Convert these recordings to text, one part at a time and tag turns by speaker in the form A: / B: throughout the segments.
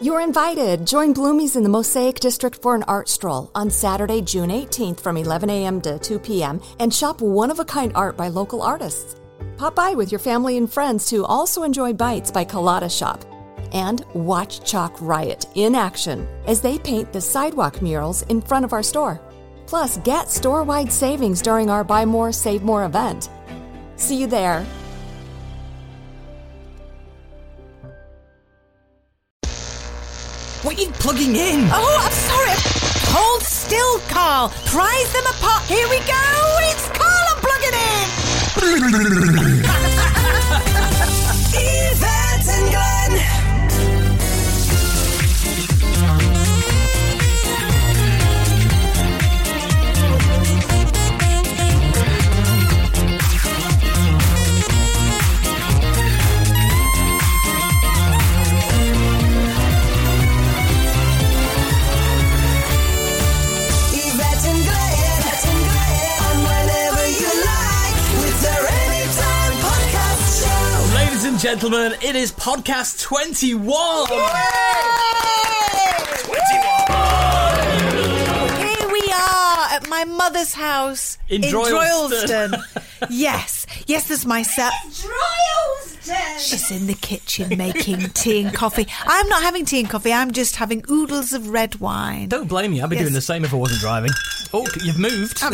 A: You're invited. Join Bloomies in the Mosaic District for an art stroll on Saturday, June 18th from 11 a.m. to 2 p.m. and shop one of a kind art by local artists. Pop by with your family and friends to also enjoy Bites by Colada Shop and watch Chalk Riot in action as they paint the sidewalk murals in front of our store. Plus, get store wide savings during our Buy More, Save More event. See you there.
B: What are you plugging in?
C: Oh, I'm sorry. Hold still, Carl. Prize them apart. Here we go. It's Carl I'm plugging in. Yvette and Glenn. Yvette and Glenn. On whenever you like with their anytime podcast show.
B: Ladies and gentlemen, it is podcast 21!
C: Here we are at my mother's house
B: In Droylsden.
C: Droylsden. yes, yes, there's my set. She's in the kitchen making tea and coffee. I'm not having tea and coffee. I'm just having oodles of red wine.
B: Don't blame you, I'd be
C: Yes.
B: doing the same if I wasn't driving. Oh, you've moved.
C: I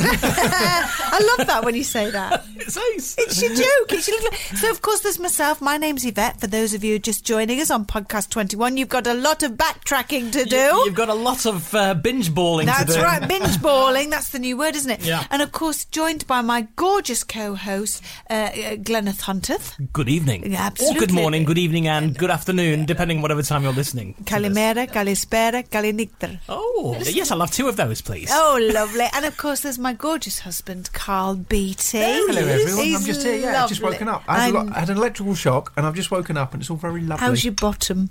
C: love that when you say that.
B: it's ace.
C: It's your joke. It's your little... So, of course, there's myself. My name's Yvette. For those of you just joining us on Podcast 21, you've got a lot of backtracking to do.
B: You, have got a lot of uh, binge balling to do.
C: That's right, binge balling. That's the new word, isn't it?
B: Yeah.
C: And of course, joined by my gorgeous co-host, uh, uh, Gleneth Hunteth.
B: Good evening.
C: Yeah,
B: Or good
C: absolutely.
B: morning, good evening, and good afternoon, depending on whatever time you're listening. to this.
C: Kalimera, Kalispera, Kalinicter.
B: Oh, yes, I'll have two of those, please.
C: Oh, lovely. And of course, there's my gorgeous husband, Carl Beatty.
D: Hello everyone,
C: He's
D: I'm just here. Yeah, I've just
C: lovely.
D: woken up. I had, a
C: I'm-
D: lo- I had an electrical shock, and I've just woken up, and it's all very lovely.
C: How's your bottom?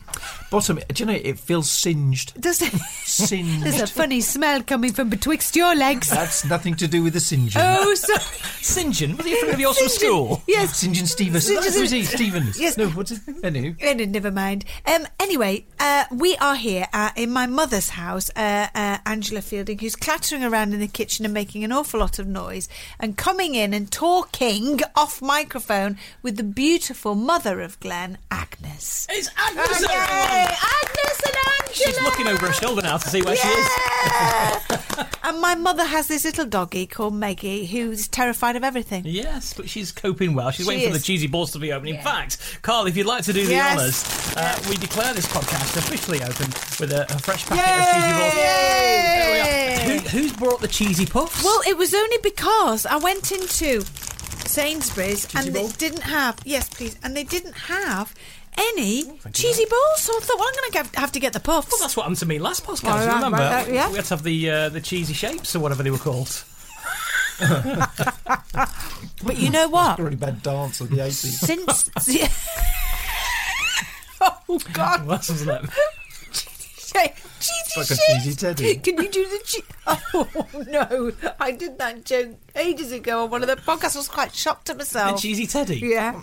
D: bottom? Do you know it feels singed?
C: Does it, there's a
D: Singed.
C: funny smell coming from betwixt your legs.
D: That's nothing to do with the singeing.
C: Oh, so
B: St John, was he a friend of yours from school?
C: yes.
D: St John Stevens.
C: St. John
D: Is he Stevens?
C: Yes.
D: No, what's it? Anywho.
C: Eh, no, never mind. Um, anyway, uh, we are here uh, in my mother's house. Uh, uh, Angela Fielding, who's clattering around in the kitchen and making an awful lot of noise, and coming in and talking off microphone with the beautiful mother of Glenn, Agnes.
B: It's Agnes.
C: Yay!
B: everyone.
C: Agnes and Angela.
B: She's looking over her shoulder now to see where she is.
C: Yeah! and my mother has this little doggy called Maggie, who's terrified of everything.
B: Yes, but she's coping well. She's
C: She
B: waiting for
C: is.
B: the cheesy balls to be open. In fact, Carl, if you'd like to do the
C: Yes.
B: honours, uh, we declare this podcast officially open with a, a fresh packet
C: Yay!
B: of cheesy balls. There we
C: Yay!
B: are. Who, who's brought the cheesy puffs?
C: Well, it was only because I went into Sainsbury's and
B: ball?
C: they didn't have yes, please, and they didn't have any cheesy balls. So I thought, well, I'm going to have to get the puffs.
B: Oh, Well, that's what happened to me last podcast.
C: All right,
B: remember,
C: right, yeah.
B: we had to have the uh, the cheesy shapes or whatever they were called.
C: but you know what?
D: Really bad dance of the 80s.
C: Since oh God,
B: What was that?
C: Che- cheesy
D: Like a
C: shapes.
D: cheesy teddy.
C: Can you do the cheese? Oh no, I did that joke ages ago on one of the podcasts. I was quite shocked at
B: The
C: myself.
B: cheesy teddy.
C: yeah,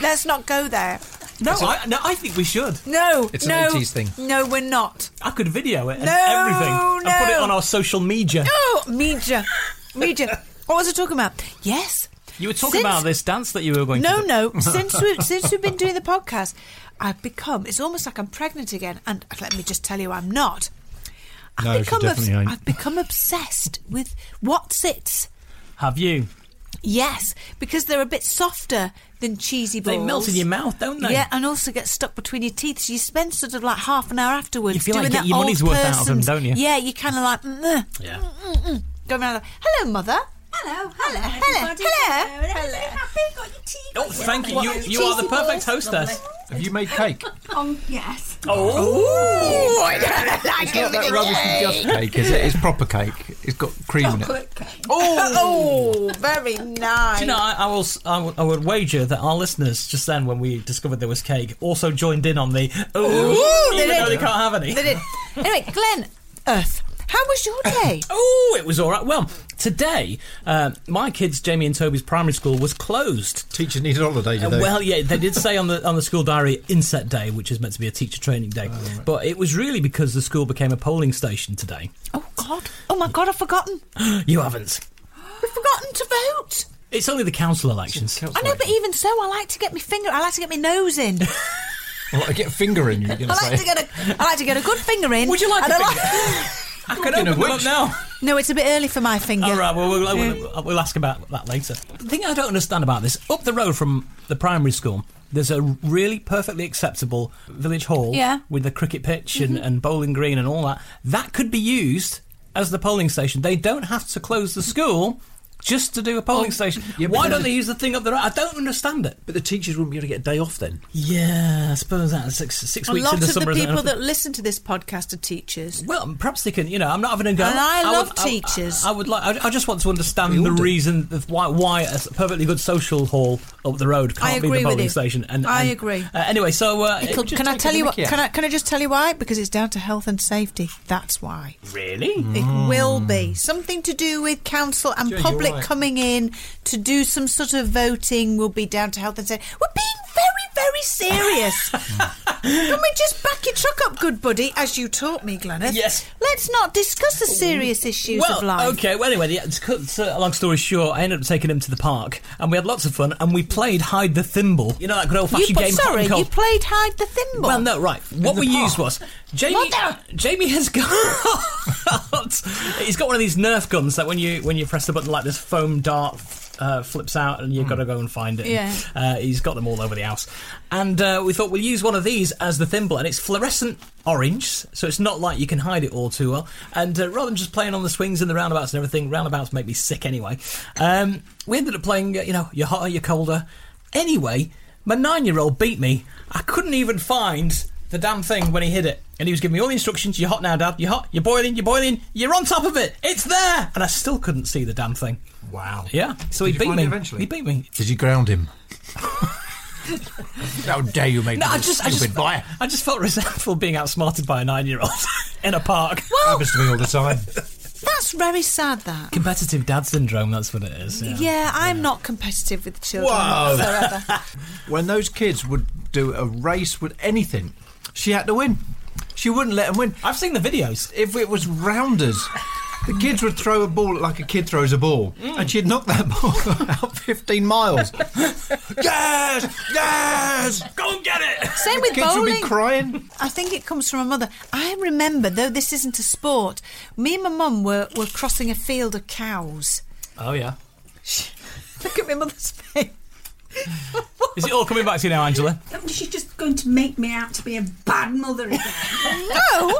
C: let's not go there.
B: No, I, no, I think we should.
C: No,
D: It's an
C: no,
D: 80s thing.
C: No, we're not.
B: I could video it and
C: No,
B: everything and put it
C: no.
B: on our social media.
C: Oh, media. Media. What was I talking about? Yes.
B: You were talking
C: Since-
B: about this dance that you were going
C: no,
B: to.
C: no. Since we since we've been doing the podcast, I've become. It's almost like I'm pregnant again. And let me just tell you, I'm not. I've
E: No, she
C: become
E: definitely ain't.
C: I've become obsessed with what's its.
B: Have you?
C: Yes, because they're a bit softer than cheesy balls.
B: They melt in your mouth, don't they?
C: Yeah, and also get stuck between your teeth. So you spend sort of like half an hour afterwards
B: You feel like
C: doing
B: get
C: that
B: your
C: old
B: money's worth out of them,
C: person's-
B: don't you?
C: Yeah, you're kind of like mm
B: Yeah.
C: going around. Like, hello, mother. Hello, hello, hello, hello, hello.
B: Oh, thank you. You, you are the perfect hostess.
D: Have you made cake?
F: Um, yes.
B: Oh,
D: Not that rubbish and just cake, is it? It's proper cake. It's got cream in it.
F: Chocolate cake.
C: Oh, very nice.
B: Do you know, I, I will. s- I would- I would wager that our listeners just then, when we discovered there was cake, also joined in on the. Oh,
C: Ooh,
B: even
C: they
B: though they
C: did.
B: can't have any.
C: They did. Anyway, Glenn, Earth, how was your day?
B: Oh, it was all right. Well, today, uh, my kids, Jamie and Toby's primary school, was closed.
D: Teacher needed holiday
B: Uh,
D: today.
B: Well, yeah, they did say on the on the school diary inset day, which is meant to be a teacher training day,
D: Oh,
B: but it was really because the school became a polling station today.
C: Oh God! Oh my God! I've forgotten.
B: You haven't.
C: I've forgotten to vote.
B: It's only the council elections.
C: I know, but even so, I like to get my finger. I like to get my nose in.
D: Well, I get a finger in, you're going
C: I
D: to
C: like to
D: say.
C: get a. I like to get a good finger in.
B: Would you like
C: and
B: a
C: I
B: finger? I can
D: Talking
B: open
D: of
B: them up
D: which-
B: now.
C: No, it's a bit early for my finger.
B: All right, well, we'll, we'll, we'll ask about that later. The thing I don't understand about this up the road from the primary school, there's a really perfectly acceptable village hall
C: Yeah. Mm-hmm.
B: with a cricket pitch and, and bowling green and all that. That could be used as the polling station. They don't have to close the school just to do a
C: Oh.
B: polling station.
D: but
B: Why
D: there's
B: don't
D: a-
B: they use the thing up the road? I don't understand it.
E: But the teachers wouldn't be able to get a day off then.
B: Yeah, I suppose that six, six
C: A
B: weeks
C: lot
B: in the
C: of
B: summer.
C: the
B: isn't
C: people
B: enough.
C: that listen to this podcast are teachers.
B: Well, perhaps they can. You know, I'm not having a go.
C: And I love
B: would-
C: teachers.
B: I, would like. I, I just want to
D: We
B: understand
D: all
B: the
D: do.
B: reason of why why a s- perfectly good social hall up the road can't
C: I
B: be
C: agree
B: the
C: with
B: bowling
C: you.
B: station. And
C: I
B: and-
C: agree.
B: Uh, anyway, so uh,
C: It'll-
B: it-
C: can I
D: take
C: tell
D: the
C: you what?
D: mickey out.
C: Can I, can I just tell you why? Because it's down to health and safety. That's why.
B: really,
C: It will be something to do with council and
D: Yeah, you're
C: public
D: right.
C: coming in to do some sort of voting. Will be down to health and safety. We're being very, very serious. Can we just back your truck up, good buddy, as you taught me, Gleneth?
B: Yes.
C: Let's not discuss the serious issues
B: well,
C: of life.
B: okay. Well, anyway, yeah, to cut a long story short, I ended up taking him to the park, and we had lots of fun, and we played hide the thimble. You know that good old
C: You
B: fashioned
C: put,
B: game. hot and
C: sorry,
B: cold.
C: you played hide the thimble.
B: Well, no, right. What
D: the
B: we
D: park.
B: used was Jamie.
C: Mother!
B: Jamie has got. he's got one of these Nerf guns that when you when you press the button, like this foam dart uh, flips out, and you've got to go and find it.
C: Yeah.
B: Uh, he's got them all over the house, and uh, we thought we'll use one of these as the thimble, and it's fluorescent orange, so it's not like you can hide it all too well. And uh, rather than just playing on the swings and the roundabouts and everything, roundabouts make me sick anyway. Um, we ended up playing, uh, you know, you're hotter, you're colder. Anyway, my nine-year-old beat me. I couldn't even find the damn thing when he hid it. And he was giving me all the instructions. You're hot now, Dad. You're hot. You're boiling. You're boiling. You're on top of it. It's there. And I still couldn't see the damn thing.
D: Wow.
B: Yeah. So he
D: Did you
B: beat
D: find
B: me.
D: it eventually?
B: He beat me.
D: Did you ground him? How dare you make
B: No,
D: me
B: I
D: a
B: just, I
D: stupid
B: just,
D: buyer?
B: I just felt resentful being outsmarted by a nine-year-old in a park.
C: Well,
D: Happens to me all the time.
C: that's very sad, that.
B: Competitive dad syndrome. That's what it is.
C: Yeah,
B: Yeah.
C: I'm not competitive with children
D: Whoa.
C: whatsoever.
D: when those kids would do a race with anything, she had to win. She wouldn't let them win.
B: I've seen the videos.
D: If it was rounders, the kids would throw a ball like a kid throws a ball,
B: Mm.
D: and she'd knock that ball out 15 miles. yes! Yes!
B: Go and get it.
C: Same with
D: kids would
C: bowling.
D: be crying.
C: I think it comes from a mother. I remember, though this isn't a sport, me and my mum were, were crossing a field of cows.
B: Oh yeah.
C: Look at my mother's face.
B: Is it all coming back to you now, Angela?
F: Oh, She's just going to make me out to be a bad mother again.
C: No!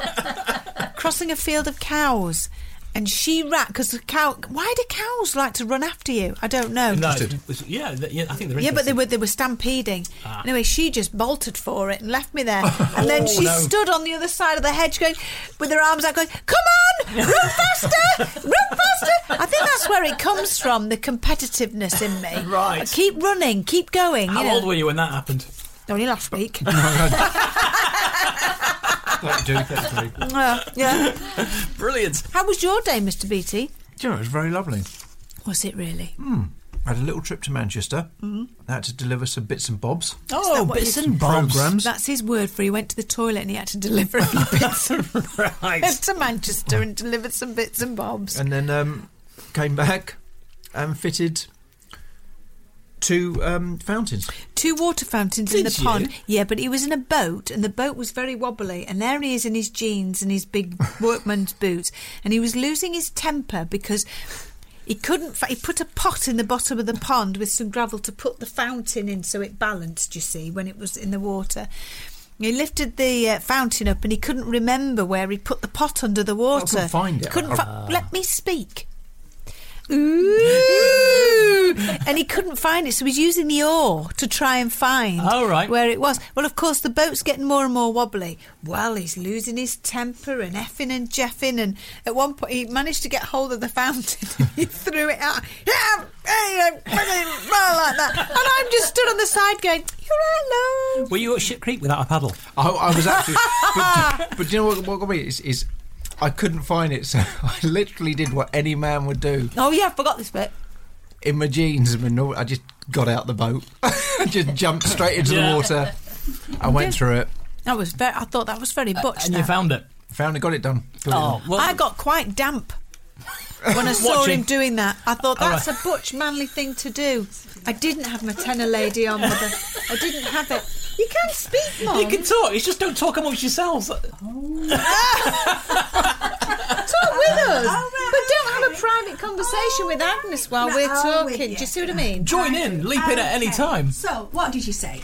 C: crossing a field of cows. And she ran, because the cow, why do cows like to run after you? I don't know.
B: it was- yeah, th- yeah. I think they're
C: Yeah, but they
B: interested.
C: were they were stampeding.
B: Ah.
C: Anyway, she just bolted for it and left me there. And then she
B: Oh, no.
C: stood on the other side of the hedge, going with her arms out, going, "Come on, run faster, run faster!" I think that's where it comes from, the competitiveness in me.
B: Right.
C: I keep running, keep going.
B: How
C: you know.
B: old were you when that happened?
C: Only last week.
D: Don't do that to me.
C: Uh, yeah.
B: Brilliant.
C: How was your day, Mister Beatty?
D: Do you know, it was very lovely.
C: Was it really?
B: Hmm.
C: Hmm.
D: I had a little trip to Manchester.
B: Mm.
D: I had to deliver some bits and bobs.
B: Oh,
C: what
B: bits
C: you-
B: and bobs.
D: Programs.
C: That's his word for he went to the toilet and he had to deliver a few bits and
B: right.
C: bobs to Manchester and delivered some bits and bobs.
D: and then um, came back and fitted two um, fountains.
C: two water fountains in
B: Did
C: the
B: you?
C: pond. Yeah, but he was in a boat, and the boat was very wobbly. And there he is in his jeans and his big workman's boots, and he was losing his temper because. He couldn't. Fa- he put a pot in the bottom of the pond with some gravel to put the fountain in, so it balanced. You see, when it was in the water, he lifted the uh, fountain up, and he couldn't remember where he put the pot under the water.
D: couldn't find it. Ah.
C: Couldn't fi- let me speak. Ooh. and he couldn't find it, so he's using the oar to try and find
B: Oh, right.
C: where it was. Well, of course, the boat's getting more and more wobbly. Well, he's losing his temper and effing and jeffing, and at one point he managed to get hold of the fountain. he threw it out. Yeah, hey, fucking roll like that. And I'm just stood on the side going, "You're alone."
B: Were you at Ship Creek without a paddle?
D: I, I was actually, but, but do you know what, what got me is, is I couldn't find it, so I literally did what any man would do
C: Oh yeah, I forgot this bit.
D: in my jeans and my nor- I just got out the boat, just jumped straight into the water. I went through it,
C: That was very. I thought that was very butch.
B: And you
C: that.
B: found it.
D: found it, got it done.
B: Oh, well,
C: I got quite damp when I saw
B: Watching.
C: him doing that. I thought
B: All
C: that's
B: right.
C: a butch manly thing to do. I didn't have my tenor lady on with her. I didn't have it. You can speak, Mum.
B: you can talk. It's just don't talk amongst yourselves.
C: talk with us,
G: All right,
C: but don't have a
G: okay.
C: private conversation with
G: All
C: Agnes
G: right.
C: while
G: No,
C: we're
G: I'm with
C: talking.
G: you.
C: Do you see what I mean?
B: Join in. Leap in at any
G: Okay.
B: time.
G: So, what did you say?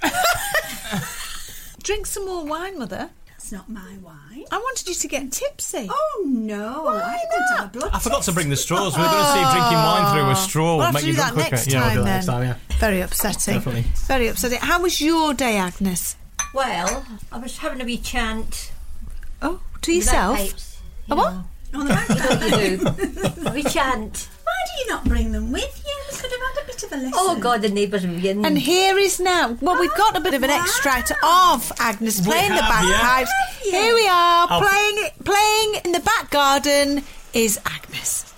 C: Drink some more wine, Mother.
G: That's not my wine.
C: I wanted you to get tipsy.
G: Oh no! I
C: Why
G: couldn't have
C: not?
G: a blood
H: I forgot to
G: test.
H: bring the straws. We We're going to see if drinking wine
B: Oh.
H: through a straw
C: We'll
H: would
C: have
H: make
C: to
H: you
C: do
H: drunk
C: that
H: quicker.
C: next
H: yeah, we'll
C: time
H: do that
C: then.
H: next time. Yeah.
C: Very upsetting.
H: Definitely.
C: Very upsetting. How was your day, Agnes?
F: Well, I was having a wee chant.
C: Oh, to
F: with that
C: yourself.
F: pipes,
C: A
F: you
C: what?
F: know.
G: On the mountain.
F: What you do? a wee chant.
G: Why do you not bring them with you? We could have had a bit of a lesson.
F: Oh God, the neighbours have been.
C: And here is now. Well, we've got a bit of an extract of Agnes playing the
B: have, yeah.
C: bagpipes. Here we are playing it, playing in the back garden is Agnes.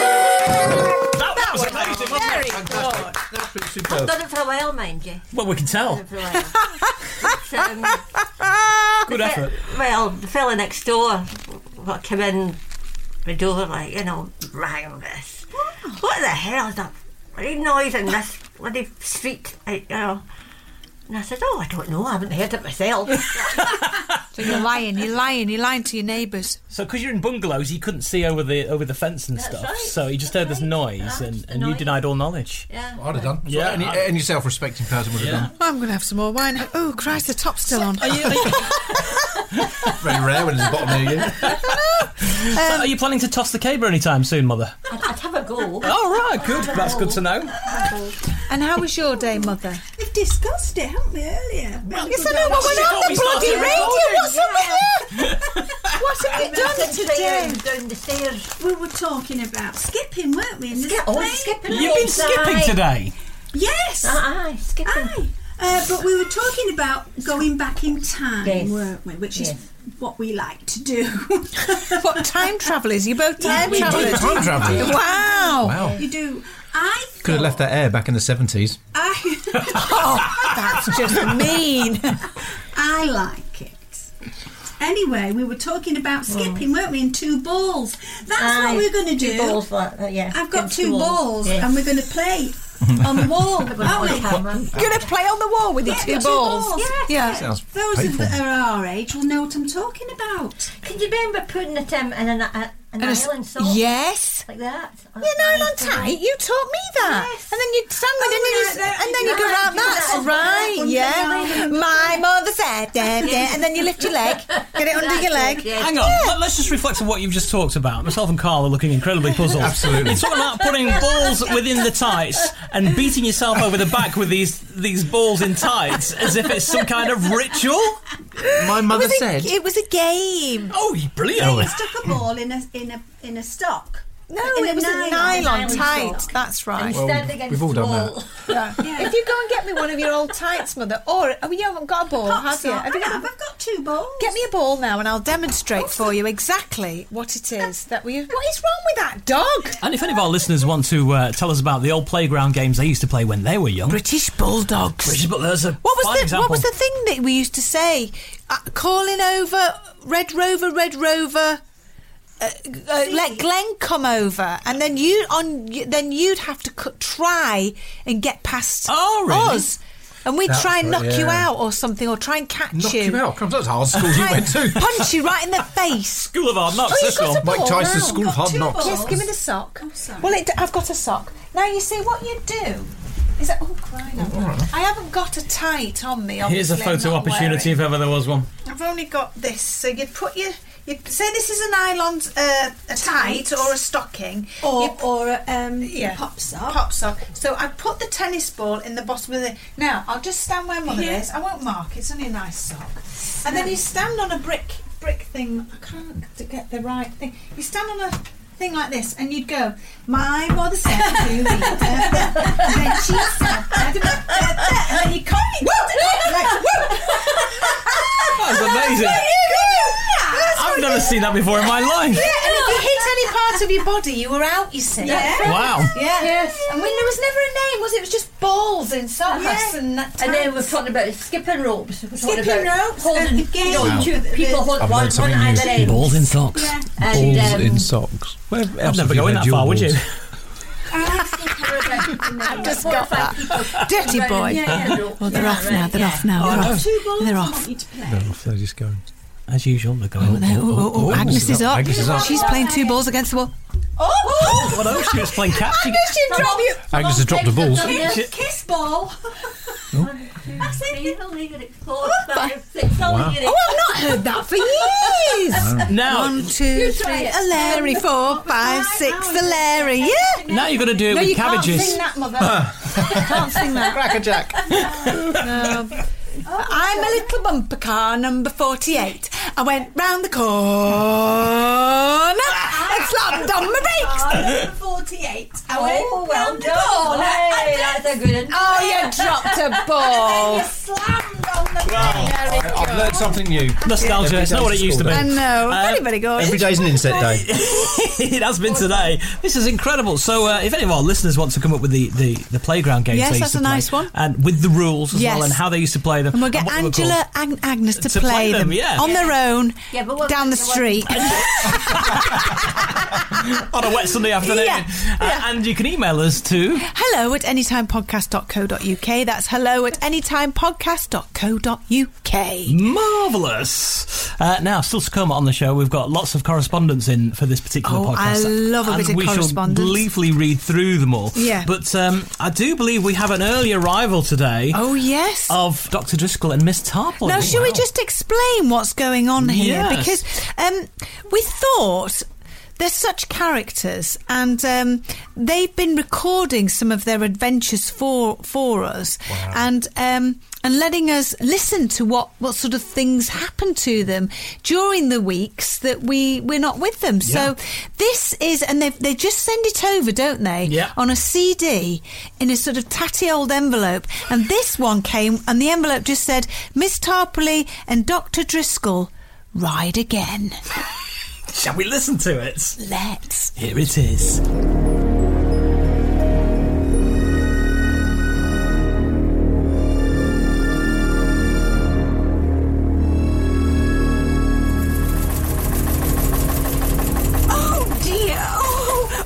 B: That, that was amazing. wasn't it?
F: I've done it for a while, mind you.
B: Well, we can tell.
F: For a while. But, um,
B: Good effort.
F: well, the fella next door, what came in the door, like you know, rang this. What the hell is that bloody noise in this bloody street? Like, you know. And I said, "Oh, I don't know. I haven't heard it myself."
C: So you're lying, you're lying, you're lying to your neighbours.
B: So, because you're in bungalows, you couldn't see over the over the fence and stuff.
F: right,
B: So you just heard
F: that's
B: this
F: right.
B: noise, and,
F: That's the
B: and you
F: noise.
B: denied all knowledge.
F: yeah.
D: I'd have done.
B: Yeah,
D: Yeah, any,
B: I-
D: any self-respecting person would have
B: Yeah.
C: I'm going to have some more wine. Oh, Christ, the top's still on.
B: Are you, are, you,
D: done. Very rare when it's the bottom of you.
B: so are you planning to toss the caber anytime soon, Mother?
F: I'd, I'd have a go.
B: All right, good. That's good to know.
C: And how was your day, Mother?
G: We've discussed it, haven't we, earlier?
C: Yes, I know, but
B: She
C: we're
B: thought
C: on
B: we
C: the
B: started
C: bloody radio.
B: recording.
C: What's up with you? What have you
F: Down
C: done
F: the
C: today?
F: stairs, Down the stairs.
G: We were talking about skipping, weren't we? And
F: Skip- oh, skipping.
B: You've been
F: Outside.
B: skipping today.
G: Yes.
F: Aye, aye, skipping.
G: Aye. Uh, but we were talking about going back in time,
F: Yes.
G: weren't we? Which
F: Yes.
G: is what we like to do.
C: What, time travellers? You both time
G: we do.
C: travellers?
D: Time travelling.
C: Wow.
D: Wow.
G: you do. I
D: Could have left that air back in the 70s.
G: I,
C: That's just mean.
G: I like it. Anyway, we were talking about skipping, weren't we? In two balls. That's
F: Aye,
G: what we're going to
F: two
G: do.
F: balls like that, yeah.
G: I've got
F: Against
G: two
F: the wall.
G: balls,
F: Yeah.
G: and we're going to play on the wall, aren't we?
F: Camera.
C: Gonna play on the wall with your
G: Yeah,
C: two,
G: two
C: balls.
G: balls.
C: Yeah.
D: Sounds
G: Those
D: painful.
G: that are our age will know what I'm talking about.
F: Can you remember putting it in an,
G: uh,
F: an, an, an
C: And it's-
F: island salt?
C: Yes.
F: Like that?
C: Your nylon tight. You taught me that.
F: Yes.
C: And then you sang with
G: Oh,
C: it, and, you,
G: right,
C: s-
G: right,
C: and then you go
F: right,
C: round.
F: do that
C: That's
F: as well.
C: right.
G: Under
C: Yeah.
G: the leg.
C: My mother said, damn, yeah. And then you lift your leg, get it under your leg.
F: Yeah.
B: Hang on, let, us just reflect on what you've just talked about. Myself and Carl are looking incredibly puzzled.
D: Absolutely.
B: It's all about putting balls within the tights and beating yourself over the back with these these balls in tights as if it's some kind of ritual.
D: My mother
C: It was a-
D: said.
C: It was a game.
B: Oh, brilliant!
G: Stuck a ball in a in a in a stock.
C: No,
F: In
C: Oh, it
F: a
C: was a
F: nylon,
C: nylon
F: nylon
C: tight.
F: sock.
C: That's right.
D: Well, Instead against we've all done that. wool.
C: Yeah. If you go and get me one of your old tights, mother, or oh, you haven't got a ball, have
F: Pops
C: you?
F: not.
C: Have you
F: I
C: got a-
F: have. I've got two balls.
C: Get me a ball now, and I'll demonstrate for you exactly what it is that we. What is wrong with that dog?
B: And if any of our listeners want to uh, tell us about the old playground games they used to play when they were young,
C: British bulldogs.
B: British bulldogs. A
C: What was
B: fine
C: the
B: example.
C: What was the thing that we used to say? Uh, calling over Red Rover, Red Rover. Uh, uh, let Glenn come over, and then you on. Then you'd have to cut, try and get past
B: Oh, really?
C: us, and we'd
D: That's
C: try and
D: right,
C: knock you
D: yeah.
C: out or something, or try and catch
D: Knock
C: you.
D: him out. Comes that's hard schools you
C: Try
D: went
C: and
D: to.
C: punch you right in the face.
B: School of Hard Knocks,
C: Oh, you've
B: this
C: got
B: one.
C: a
D: Mike
C: ball
D: Tyson's
C: now.
D: School of Hard Knocks.
C: Yes, give me the sock.
F: Oh, sorry.
C: Well, it, I've got a sock. Now you see what you do is that. Oh, crying! I haven't got a tight on me.
I: Here's a
C: obviously, I'm
I: photo
C: not
I: opportunity if ever there was one.
C: wearing- I've only got this. So you put your. You say this is a nylon, uh, a tight
F: Tight.
C: or a stocking,
F: Or,
C: You-
F: or a um,
C: yeah,
F: pop sock.
C: Pop sock. So I put the tennis ball in the bottom of the. Now I'll just stand where mother
F: Yeah.
C: is. I won't mark. It's only a nice sock. And then you stand on a brick brick thing. I can't to get the right thing. You stand on a thing like this, and you'd go. My mother said to me, da, da, da." and then she said, da, da, da, da," and then you can't. Like,
B: That's amazing. I've never seen that before in my life.
C: Yeah, and if you hit any part of your body, you were out. You see.
F: Yeah.
B: Wow.
C: Yeah. And when there was never a name, was it? It was just balls and socks
F: Yeah.
C: and that
J: And then we're talking about skipping ropes. We're talking
C: Skipping
J: about
C: ropes,
J: holding,
C: uh, again.
J: you know,
C: Wow.
J: two people hold one,
D: I've learned
J: one
D: something new.
J: either end.
B: Balls in socks.
F: Yeah.
J: And, um,
D: socks. Where
B: I'd never go in that far, would you?
J: I've
C: Uh, just got that. Dirty boy. Oh,
J: Well,
F: Oh, They're off now. They're off now.
B: Oh,
F: They're off. Two balls.
C: They're
F: I
C: off.
F: want you to play.
D: They're just going.
B: As usual, they're going.
C: Oh, oh, oh, Agnes is up.
D: Agnes is up.
C: She's playing two balls against the wall. Oh!
B: What else? She was playing catch. She-
C: you drop you.
D: Agnes has dropped the balls.
F: Kiss, kiss ball.
J: That's it. Five, six,
D: Wow.
J: seven, eight.
C: Oh, I've not heard that for years.
B: Now,
C: One, two, three, a Larry, four, five, six, a Larry. Yeah.
B: now you've got to do it
C: No, you
B: with
C: can't
B: cabbages.
C: sing that, mother. can't sing that. Um,
D: Crackerjack.
C: I'm a little bumper car, number 48. I went round the corner and slammed on my brakes.
G: Ah,
F: I'm 48. I went
J: Oh, well
F: round the
J: done.
F: corner
J: Hey,
F: and
J: that's a good one.
C: Oh, you dropped a
F: then
C: ball.
F: you slammed on the
D: I've learned something new.
B: Nostalgia. It's not what it used to be.
C: I know.
B: Um,
C: Anybody goes.
D: Every day's an insect day.
B: it has been today. This is incredible. So, uh, if any of our listeners want to come up with the, the, the playground games,
C: Yes,
B: they used
C: that's
B: to
C: a
B: play,
C: nice one.
B: and with the rules as
C: Yes.
B: well, and how they used to play them,
C: And we'll get
B: what they were
C: Angela and Agnes to, play, them,
B: yeah.
C: on their own
J: Yeah, but what-
C: down the
J: what-
C: street.
B: called on a wet Sunday afternoon.
C: Yeah,
B: Uh, and you can email us to
C: hello at anytimepodcast.co.uk. That's hello at anytimepodcast.co.uk.
B: marvelous. Uh, now, still to come on the show, we've got lots of correspondence in for this particular
C: Oh, I
B: podcast.
C: love a
B: and
C: bit of
B: we
C: correspondence.
B: Shall gleefully read through them all.
C: Yeah.
B: but um, I do believe we have an early arrival today.
C: Oh, yes.
B: Of Dr. Driscoll and Miss Tarpley.
C: Now, should we
B: Wow.
C: just explain what's going on here?
B: Yes.
C: Because um, we thought they're such characters, and um, they've been recording some of their adventures for for us, and. Um, and letting us listen to what, what sort of things happen to them during the weeks that we, we're not with them. So this is, and they they just send it over, don't they?
B: Yeah.
C: On a CD in a sort of tatty old envelope. And this one came, and the envelope just said, Miss Tarpley and Dr. Driscoll ride again.
B: Shall we listen to it?
C: Let's.
B: Here it is.
F: Oh dear. Oh.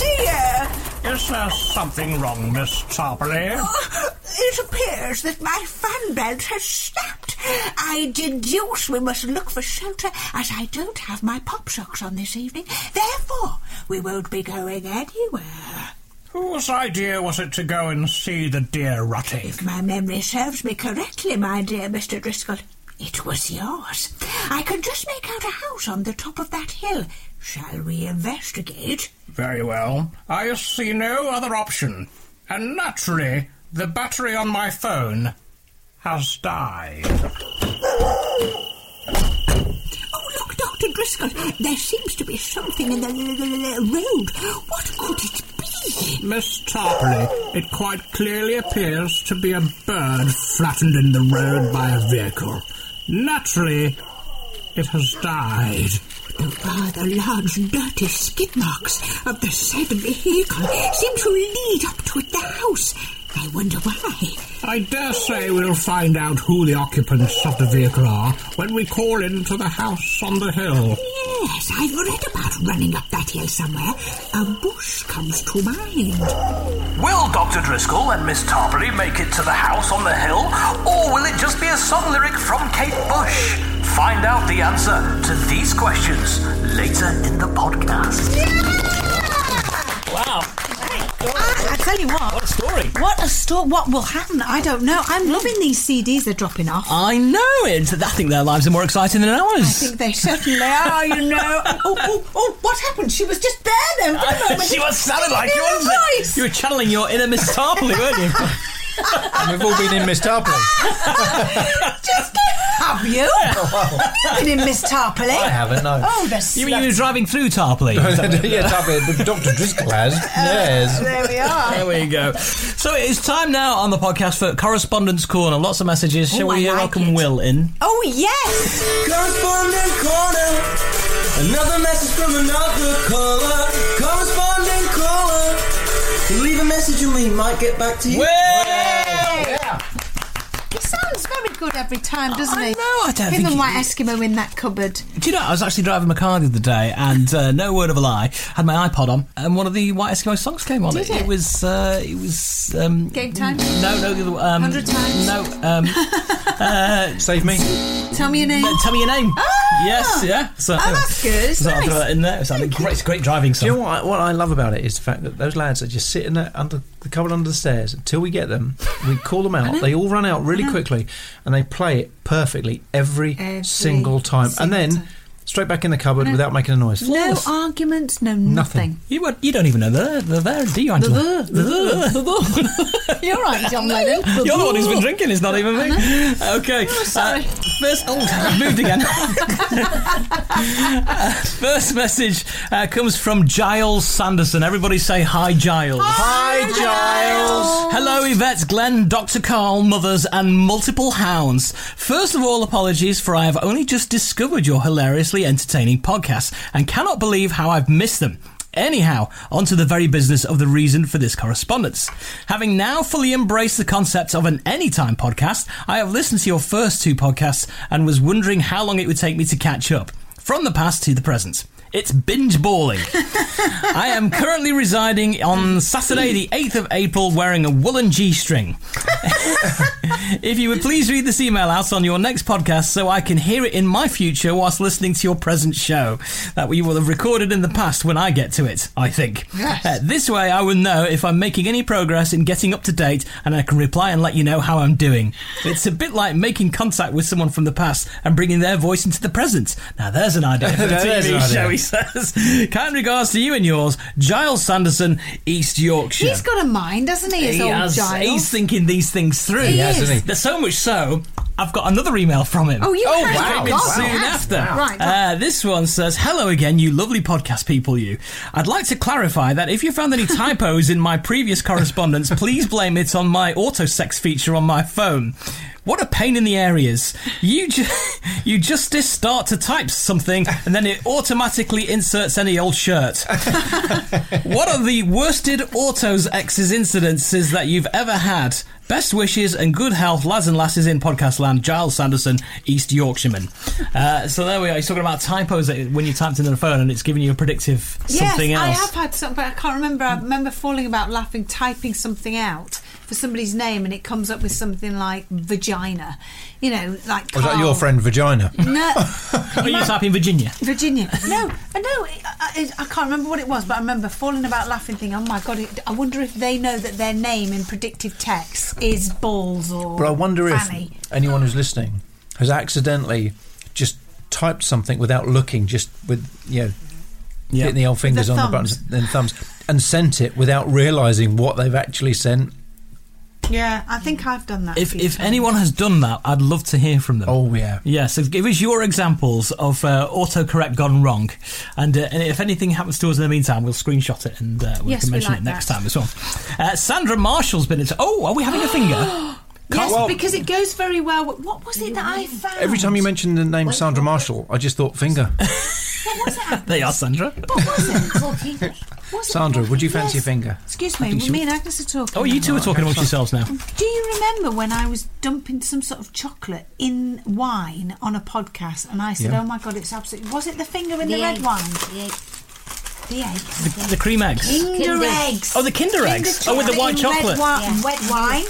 F: Dear.
I: Is there something wrong, Miss Tarpley?
F: It appears that my fan belt has snapped. I deduce we must look for shelter as I don't have my pop socks on this evening. Therefore, we won't be going anywhere.
I: Whose idea was it to go and see the dear Rutty?
F: If my memory serves me correctly, my dear Mr. Driscoll, it was yours. I can just make out a house on the top of that hill. Shall we investigate?
I: Very well. I see no other option. And naturally, the battery on my phone has died.
F: Oh, look, Doctor, Mr. Driscoll, there seems to be something in the l- l- l- road. What could it be?
I: Miss Tarpley, it quite clearly appears to be a bird flattened in the road by a vehicle. Naturally, it has died.
F: The rather large, dirty skid marks of the said vehicle seem to lead up to the house. I wonder why.
I: I dare say we'll find out who the occupants of the vehicle are when we call in to the house on the hill.
F: Yes, I've read about running up that hill somewhere. A bush comes to mind.
K: Will Dr. Driscoll and Miss Tarpley make it to the house on the hill, or will it just be a song lyric from Kate Bush? Find out the answer to these questions later in the podcast.
B: Wow.
C: Ah, I, I tell you what. What
B: a story.
C: What a story. What will happen? I don't know. I'm loving these CDs they're dropping off.
B: I know it. I think their lives are more exciting than
C: I
B: ours.
C: think they certainly are, you know. Oh, oh, oh, what happened? She was just there then. for a moment.
B: she was sounding like
C: Didn't
B: you,
C: hear her
B: wasn't it?
C: voice.
B: You were channeling your inner Miss Tarpley, weren't you?
D: And we've all been in Miss Tarpley.
C: Just have you? You've been in Miss Tarpley.
D: I haven't, no.
C: Oh, the
B: You mean you were driving through Tarpley?
D: yeah, Tarpley. but Dr. Driscoll has. Yes.
C: There we are.
B: There we go. So it is time now on the podcast for Correspondence Corner. Lots of messages. Shall
C: Oh, I
B: we uh,
C: like
B: welcome
C: it.
B: Will in?
C: Oh, yes.
L: Correspondent corner. Another message from another caller. Correspondent caller. Leave a message and we might get back to you.
C: He sounds very good every time, doesn't
B: I
C: he?
B: know, I don't
C: Him
B: think
C: and
B: he-
C: White Eskimo in that cupboard.
B: Do you know, I was actually driving my car the other day and uh, no word of a lie, had my iPod on and one of the White Eskimo songs came on.
C: Did it?
B: was, uh, it was, um,
C: Game time.
B: no, no, the other um,
C: 100 times.
B: No, um, uh,
D: Save me.
C: Tell me your name.
B: tell me your name.
C: Ah!
B: Yes, yeah. So, um, uh,
C: Oh, that's good. It's
B: so I'll throw
C: nice.
B: that in there. So I think great, it's a great driving
D: Do
B: song.
D: you know what I, what I love about it is the fact that those lads are just sitting there under the cupboard under the stairs until we get them. We call them out. They all run out really quickly, and they play it perfectly every,
C: Every
D: single time. and then straight back in the cupboard without making a noise.
C: No arguments, no nothing.
D: Nothing.
B: You, were- you don't even know they're, they're there, do you, Angela?
C: You're right, John Lennon.
B: You're the one who's been drinking, it's not even me. Okay.
C: Oh, sorry.
B: uh, first, oh, I've moved again. Uh, first message uh, comes from Giles Sanderson. Everybody say hi, Giles.
D: Hi, Giles.
B: Hello, Yvette, Glenn, Dr. Carl, Mothers, and multiple hounds. First of all, apologies for I have only just discovered your hilariously entertaining podcast and cannot believe how I've missed them. Anyhow, on to the very business of the reason for this correspondence. Having now fully embraced the concept of an anytime podcast, I have listened to your first two podcasts and was wondering how long it would take me to catch up. From the past to the present. It's binge balling. I am currently residing on Saturday, the 8th of April, wearing a woolen G string. if you would please read this email out on your next podcast so I can hear it in my future whilst listening to your present show that we will have recorded in the past when I get to it, I think.
C: Yes.
B: Uh, this way I will know if I'm making any progress in getting up to date and I can reply and let you know how I'm doing. It's a bit like making contact with someone from the past and bringing their voice into the present. Now there's an idea for a
D: There is an
B: TV show,
D: idea.
B: he says. kind regards to you and yours, Giles Sanderson, East Yorkshire.
C: He's got a mind, hasn't he, his
B: He
C: old
B: has-
C: Giles?
B: He's thinking these things through.
C: He has, is. isn't he?
B: There's so much so, I've got another email from him.
C: Oh, you
B: oh,
C: have?
B: wow.
C: Oh, God,
B: soon
C: yes.
B: after.
C: Wow. Right, go on.
B: Uh, this one says, "Hello again, you lovely podcast people. You. I'd like to clarify that if you found any typos in my previous correspondence, please blame it on my autosex feature on my phone." What a pain in the areas. You ju- you just dis- start to type something and then it automatically inserts any old shirt. What are the worsted autos exes incidences that you've ever had? Best wishes and good health, lads and lasses in podcast land. Giles Sanderson, East Yorkshireman. Uh, so there we are. He's talking about typos that when you typed in the phone and it's giving you a predictive something
C: yes,
B: else.
C: I have had something, but I can't remember. I remember falling about laughing, typing something out for somebody's name, and it comes up with something like vagina. You know, like.
D: Was that
C: Carl.
D: your friend Vagina?
C: No.
B: Are you typing Virginia?
C: Virginia. No, I know. I, I, I can't remember what it was, but I remember falling about laughing, thinking, "Oh my god! It, I wonder if they know that their name in predictive text is balls or."
D: But I wonder if
C: fanny.
D: anyone who's listening has accidentally just typed something without looking, just with you know,
B: Yeah.
D: hitting the old fingers
C: The
D: on the buttons and thumbs, and sent it without realising what they've actually sent.
C: Yeah, I think I've done that. a
B: If
C: few
B: if
C: times.
B: anyone has done that, I'd love to hear from them. Oh yeah. Yes, so give us your examples of uh, autocorrect gone wrong, and uh, and if anything happens to us in the meantime, we'll screenshot it and uh, we
C: Yes,
B: can
C: we
B: mention
C: like
B: it next
C: that.
B: time as well. Uh, Sandra Marshall's been into. Oh, are we having a finger?
C: yes,
D: well-
C: because it goes very well. with- What was it that I found?
D: Every time you mentioned the name
C: Wait,
D: Sandra Marshall, I just thought finger.
B: they are Sandra.
C: Was it-
D: Sandra, would you fancy a finger?
C: Excuse
D: I
C: me,
D: think she
C: me
D: would.
C: and Agnes are talking.
B: Oh, you two are talking amongst yourselves now.
C: Do you remember when I was dumping some sort of chocolate in wine on a podcast, and I said,
B: Yeah.
C: "Oh my god, it's absolutely." Was it the finger in the,
J: The
C: red
J: egg.
C: wine? The egg. The egg.
B: The, the cream eggs.
C: Kinder eggs.
B: Oh, the Kinder, eggs. Oh, with the white
C: in red
B: chocolate.
C: wi- Wet wine.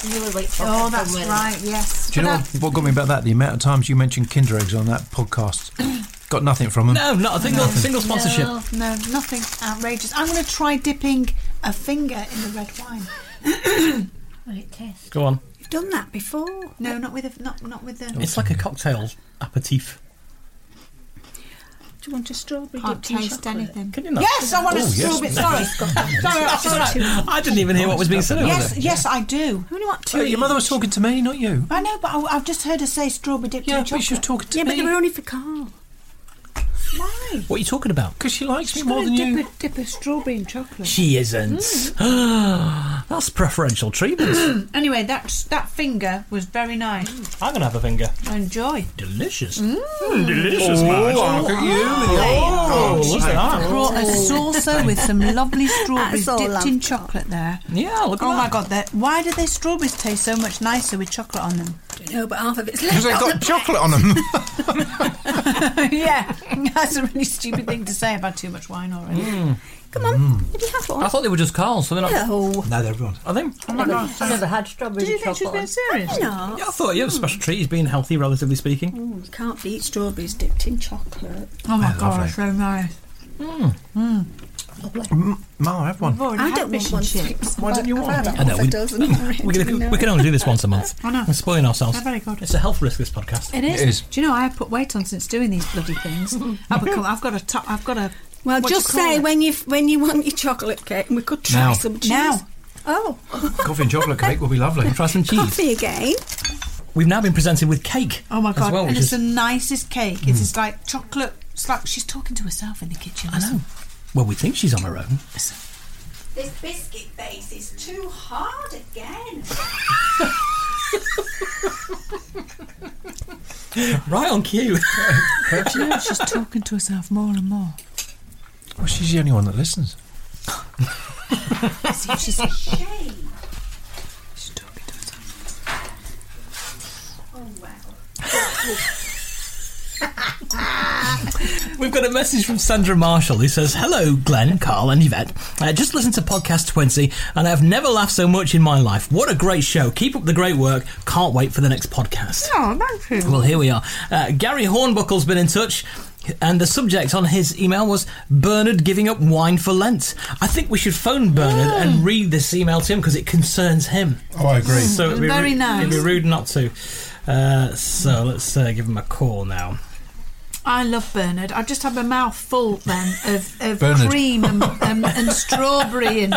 C: Oh, that's right. Yes.
D: Do you
C: But
D: know
C: I-
D: what, what got me about that? The amount of times you mentioned Kinder Eggs on that podcast. got nothing from them.
B: No, not a single, single sponsorship.
C: No, no, nothing outrageous. I'm going to try dipping a finger in the red wine.
J: Right, test.
B: Go on.
C: You've done that before? No, not with a, not not with a.
B: It's like a cocktail aperitif.
C: Do you want a strawberry?
G: Can't
C: dipped in
G: taste
C: chocolate?
G: anything.
B: Can you not?
C: Yes, I want a
B: Oh, yes.
C: strawberry. Sorry, sorry, I'm
B: That's
C: sorry.
B: right. I didn't even hear what was being said. over
C: Yes,
B: there.
C: yes, I do. Who do you want two?
D: Oh, your mother was talking to me, not you.
C: I know, but I, I've just heard her say strawberry dipped in chocolate. Yeah, but talking
D: to Yeah, but me. they were
C: only for Carl. Why?
B: What are you talking about?
D: Because she likes
C: She's
D: me more
C: gonna
D: than you.
C: dip A, dip a strawberry in chocolate.
B: She isn't.
C: Mm.
B: That's preferential treatment.
C: anyway, that that finger was very nice.
B: I'm gonna have a finger.
C: Enjoy.
B: Delicious.
C: Mm.
B: Delicious, Marge. Oh, look at that.
C: brought a saucer with some lovely strawberries
G: all
C: dipped
G: love.
C: in chocolate there.
B: Yeah, look at
C: oh
B: that.
C: my god, that- why do those strawberries taste so much nicer with chocolate on them?
G: No, but half of it's
D: Because
G: left.
D: they
G: on
D: got chocolate on them.
C: yeah, that's a really stupid thing to say about too much wine already.
B: Mm.
G: Come on, did you have
B: I
G: one?
B: thought they were just Carl's, so they're not.
G: No.
D: No, they're everyone.
B: Are they?
C: Oh my god,
J: I've never had strawberry
C: Did you think she was
J: chocolate.
C: being serious?
G: No,
B: Yeah, I thought yeah, special treat is being healthy, relatively speaking.
G: Ooh, you can't beat strawberries dipped in chocolate.
C: Oh my
B: Yeah, lovely. Hmm.
C: god, so nice.
G: Hmm.
B: Mm,
D: M- Ma, have one.
C: I've already
G: I
C: had
G: don't
C: fish
G: want
C: and
G: one.
C: chips.
D: Why don't you want
G: I've had
D: that?
G: half
B: I know,
G: a
B: we-
G: dozen.
B: We can, we can only do this once a month.
C: I know.
B: We're spoiling ourselves.
C: Oh, They're very good.
B: It's a health risk. This podcast.
C: It is.
D: It is.
C: Do you know I have put weight on since doing these bloody things? I've become. I've got a. Top, I've got a.
G: Well,
C: what do you
G: just
C: call
G: say
C: it?
G: when you when you want your chocolate cake, and we could try
D: Now.
G: some cheese.
C: Now.
G: Oh,
D: Coffee and chocolate cake will be lovely.
B: Try some cheese.
G: coffee again.
B: We've now been presented with cake.
C: Oh my
B: as
C: god!
B: well,
C: and
B: which
C: it's
B: is- Hmm.
C: the nicest cake. It is like chocolate. It's like she's talking to herself in the kitchen.
B: I know. Well, we think she's on her own.
F: This biscuit base is too hard again.
B: Right on cue.
C: Do you know she's talking to herself more and more?
D: Well, she's the only one that listens.
C: As if she's,
F: Shame.
C: she's talking to herself.
F: Oh well.
B: We've got a message from Sandra Marshall who says, Hello, Glenn, Carl, and Yvette. I just listened to podcast 20 and I've never laughed so much in my life. What a great show. Keep up the great work. Can't wait for the next podcast.
C: Oh, thank you.
B: Well, here we are. Uh, Gary Hornbuckle's been in touch, and the subject on his email was Bernard giving up wine for Lent. I think we should phone Bernard and read this email to him because it concerns him.
D: Oh, I agree.
B: So it'd be
C: Very
B: ru-
C: nice.
B: It'd be rude not to. Uh, so let's uh, give him a call now.
C: I love Bernard. I just have a mouth full then of, of
D: Bernard.
C: cream and, um, and strawberry and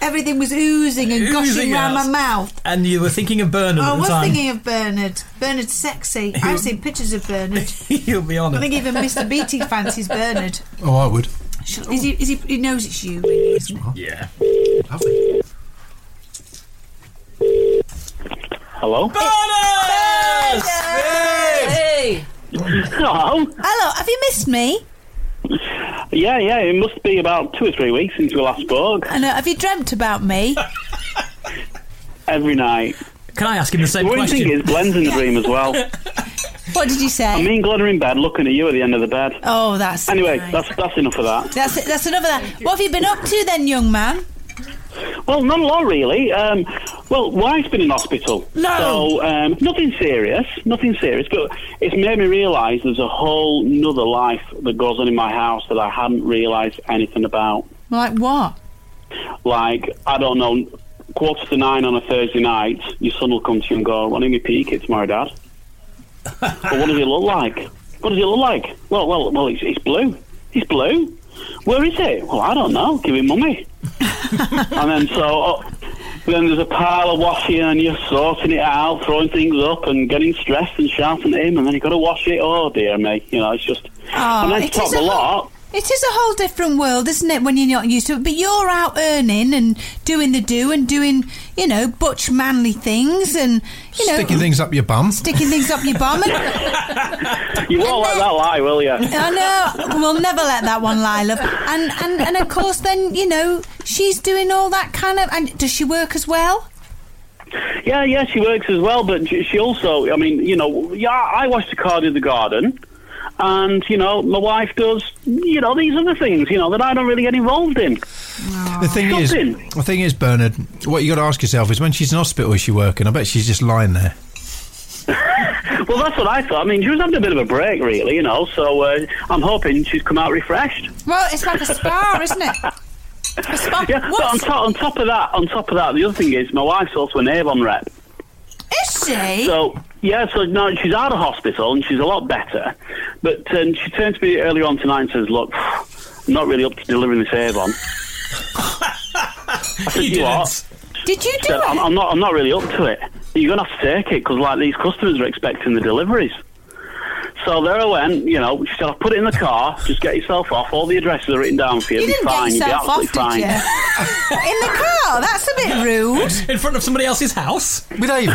C: everything was oozing and
B: Oozing
C: gushing round
B: out.
C: my mouth.
B: And you were thinking of Bernard
C: I
B: at the
C: was
B: time.
C: thinking of Bernard. Bernard's sexy. I've seen pictures of Bernard.
B: You'll be
C: I
B: honest.
C: think even Mr. Beatty fancies Bernard.
D: Oh, I would.
C: Shall- Is he, is he, he knows it's you, really, isn't it?
B: Yeah.
D: Lovely.
M: Hello?
B: Bernard!
J: Hey!
M: Hello?
C: Hello, have you missed me?
M: Yeah, yeah, it must be about two or three weeks since we last spoke.
C: I know. Have you dreamt about me?
M: Every night.
B: Can I ask him the same
M: the worrying
B: question?
M: thing is, Glenn's in the dream as well.
C: What did you
M: I
C: say?
M: mean, Glenn are in bed looking at you at the end of the bed.
C: Oh, that's
M: Anyway,
C: nice.
M: that's that's enough of that.
C: that's that's another. What have you been up to then, young man?
M: Well, not a lot really. Um, well, wife's been in hospital.
C: No.
M: So um, nothing serious, nothing serious. But it's made me realise there's a whole nother life that goes on in my house that I hadn't realised anything about.
C: Like what?
M: like I don't know, quarter to nine on a Thursday night, your son will come to you and go, "Want me peek? It's my dad." well, what does he look like? What does he look like? Well, well, well, it's, it's blue. He's blue. Where is it? Well, I don't know. Give it mummy. and then so. Uh, Then there's a pile of washing and you're sorting it out, throwing things up and getting stressed and shouting at him and then you've got to wash it. Oh dear me. You know, it's just... and then
C: Oh, it
M: top
C: is
M: of the
C: a whole-
M: lot...
C: It is a whole different world, isn't it, when you're not used to it? But you're out earning and doing the do and doing, you know, butch manly things and, you know,
D: Sticking things up your bum.
C: sticking things up your bum. And,
M: You won't let that lie, will you?
C: I know. We'll never let that one lie, love. And, and and of course, then you know she's doing all that kind of. And does she work as well?
M: Yeah, yeah, she works as well, but she she also, I mean, you know, yeah, I wash the car in the garden, and you know, my wife does, you know, these other things, you know, that I don't really get involved in.
D: The thing is, the thing is, Bernard, what you got to ask yourself is when she's in hospital, is she working? I bet she's just lying there.
M: Well, that's what I thought. I mean, she was having a bit of a break, really, you know. So uh, I'm hoping she's come out refreshed.
C: Well, it's like a spa, isn't it? A spa.
M: Yeah, but on top, on top of that, on top of that, the other thing is, my wife's also an Avon rep.
C: Is she?
M: So yeah, so now she's out of hospital and she's a lot better. But um, she turned to me earlier on tonight and says, "Look, I'm not really up to delivering this Avon." I said, "You, are."
C: Did you
M: do I'm, I'm not. I'm not really up to it. You're gonna have to take it because like these customers are expecting the deliveries. So there I went. You know, she said, "I'll put it in the car. Just get yourself off. All the addresses are written down for you.
C: You
M: It'll
C: didn't
M: be fine.
C: get
M: You'll be
C: yourself
M: absolutely
C: off,
M: fine."
C: did you? In the car. That's a bit rude.
B: In front of somebody else's house
D: with Avon.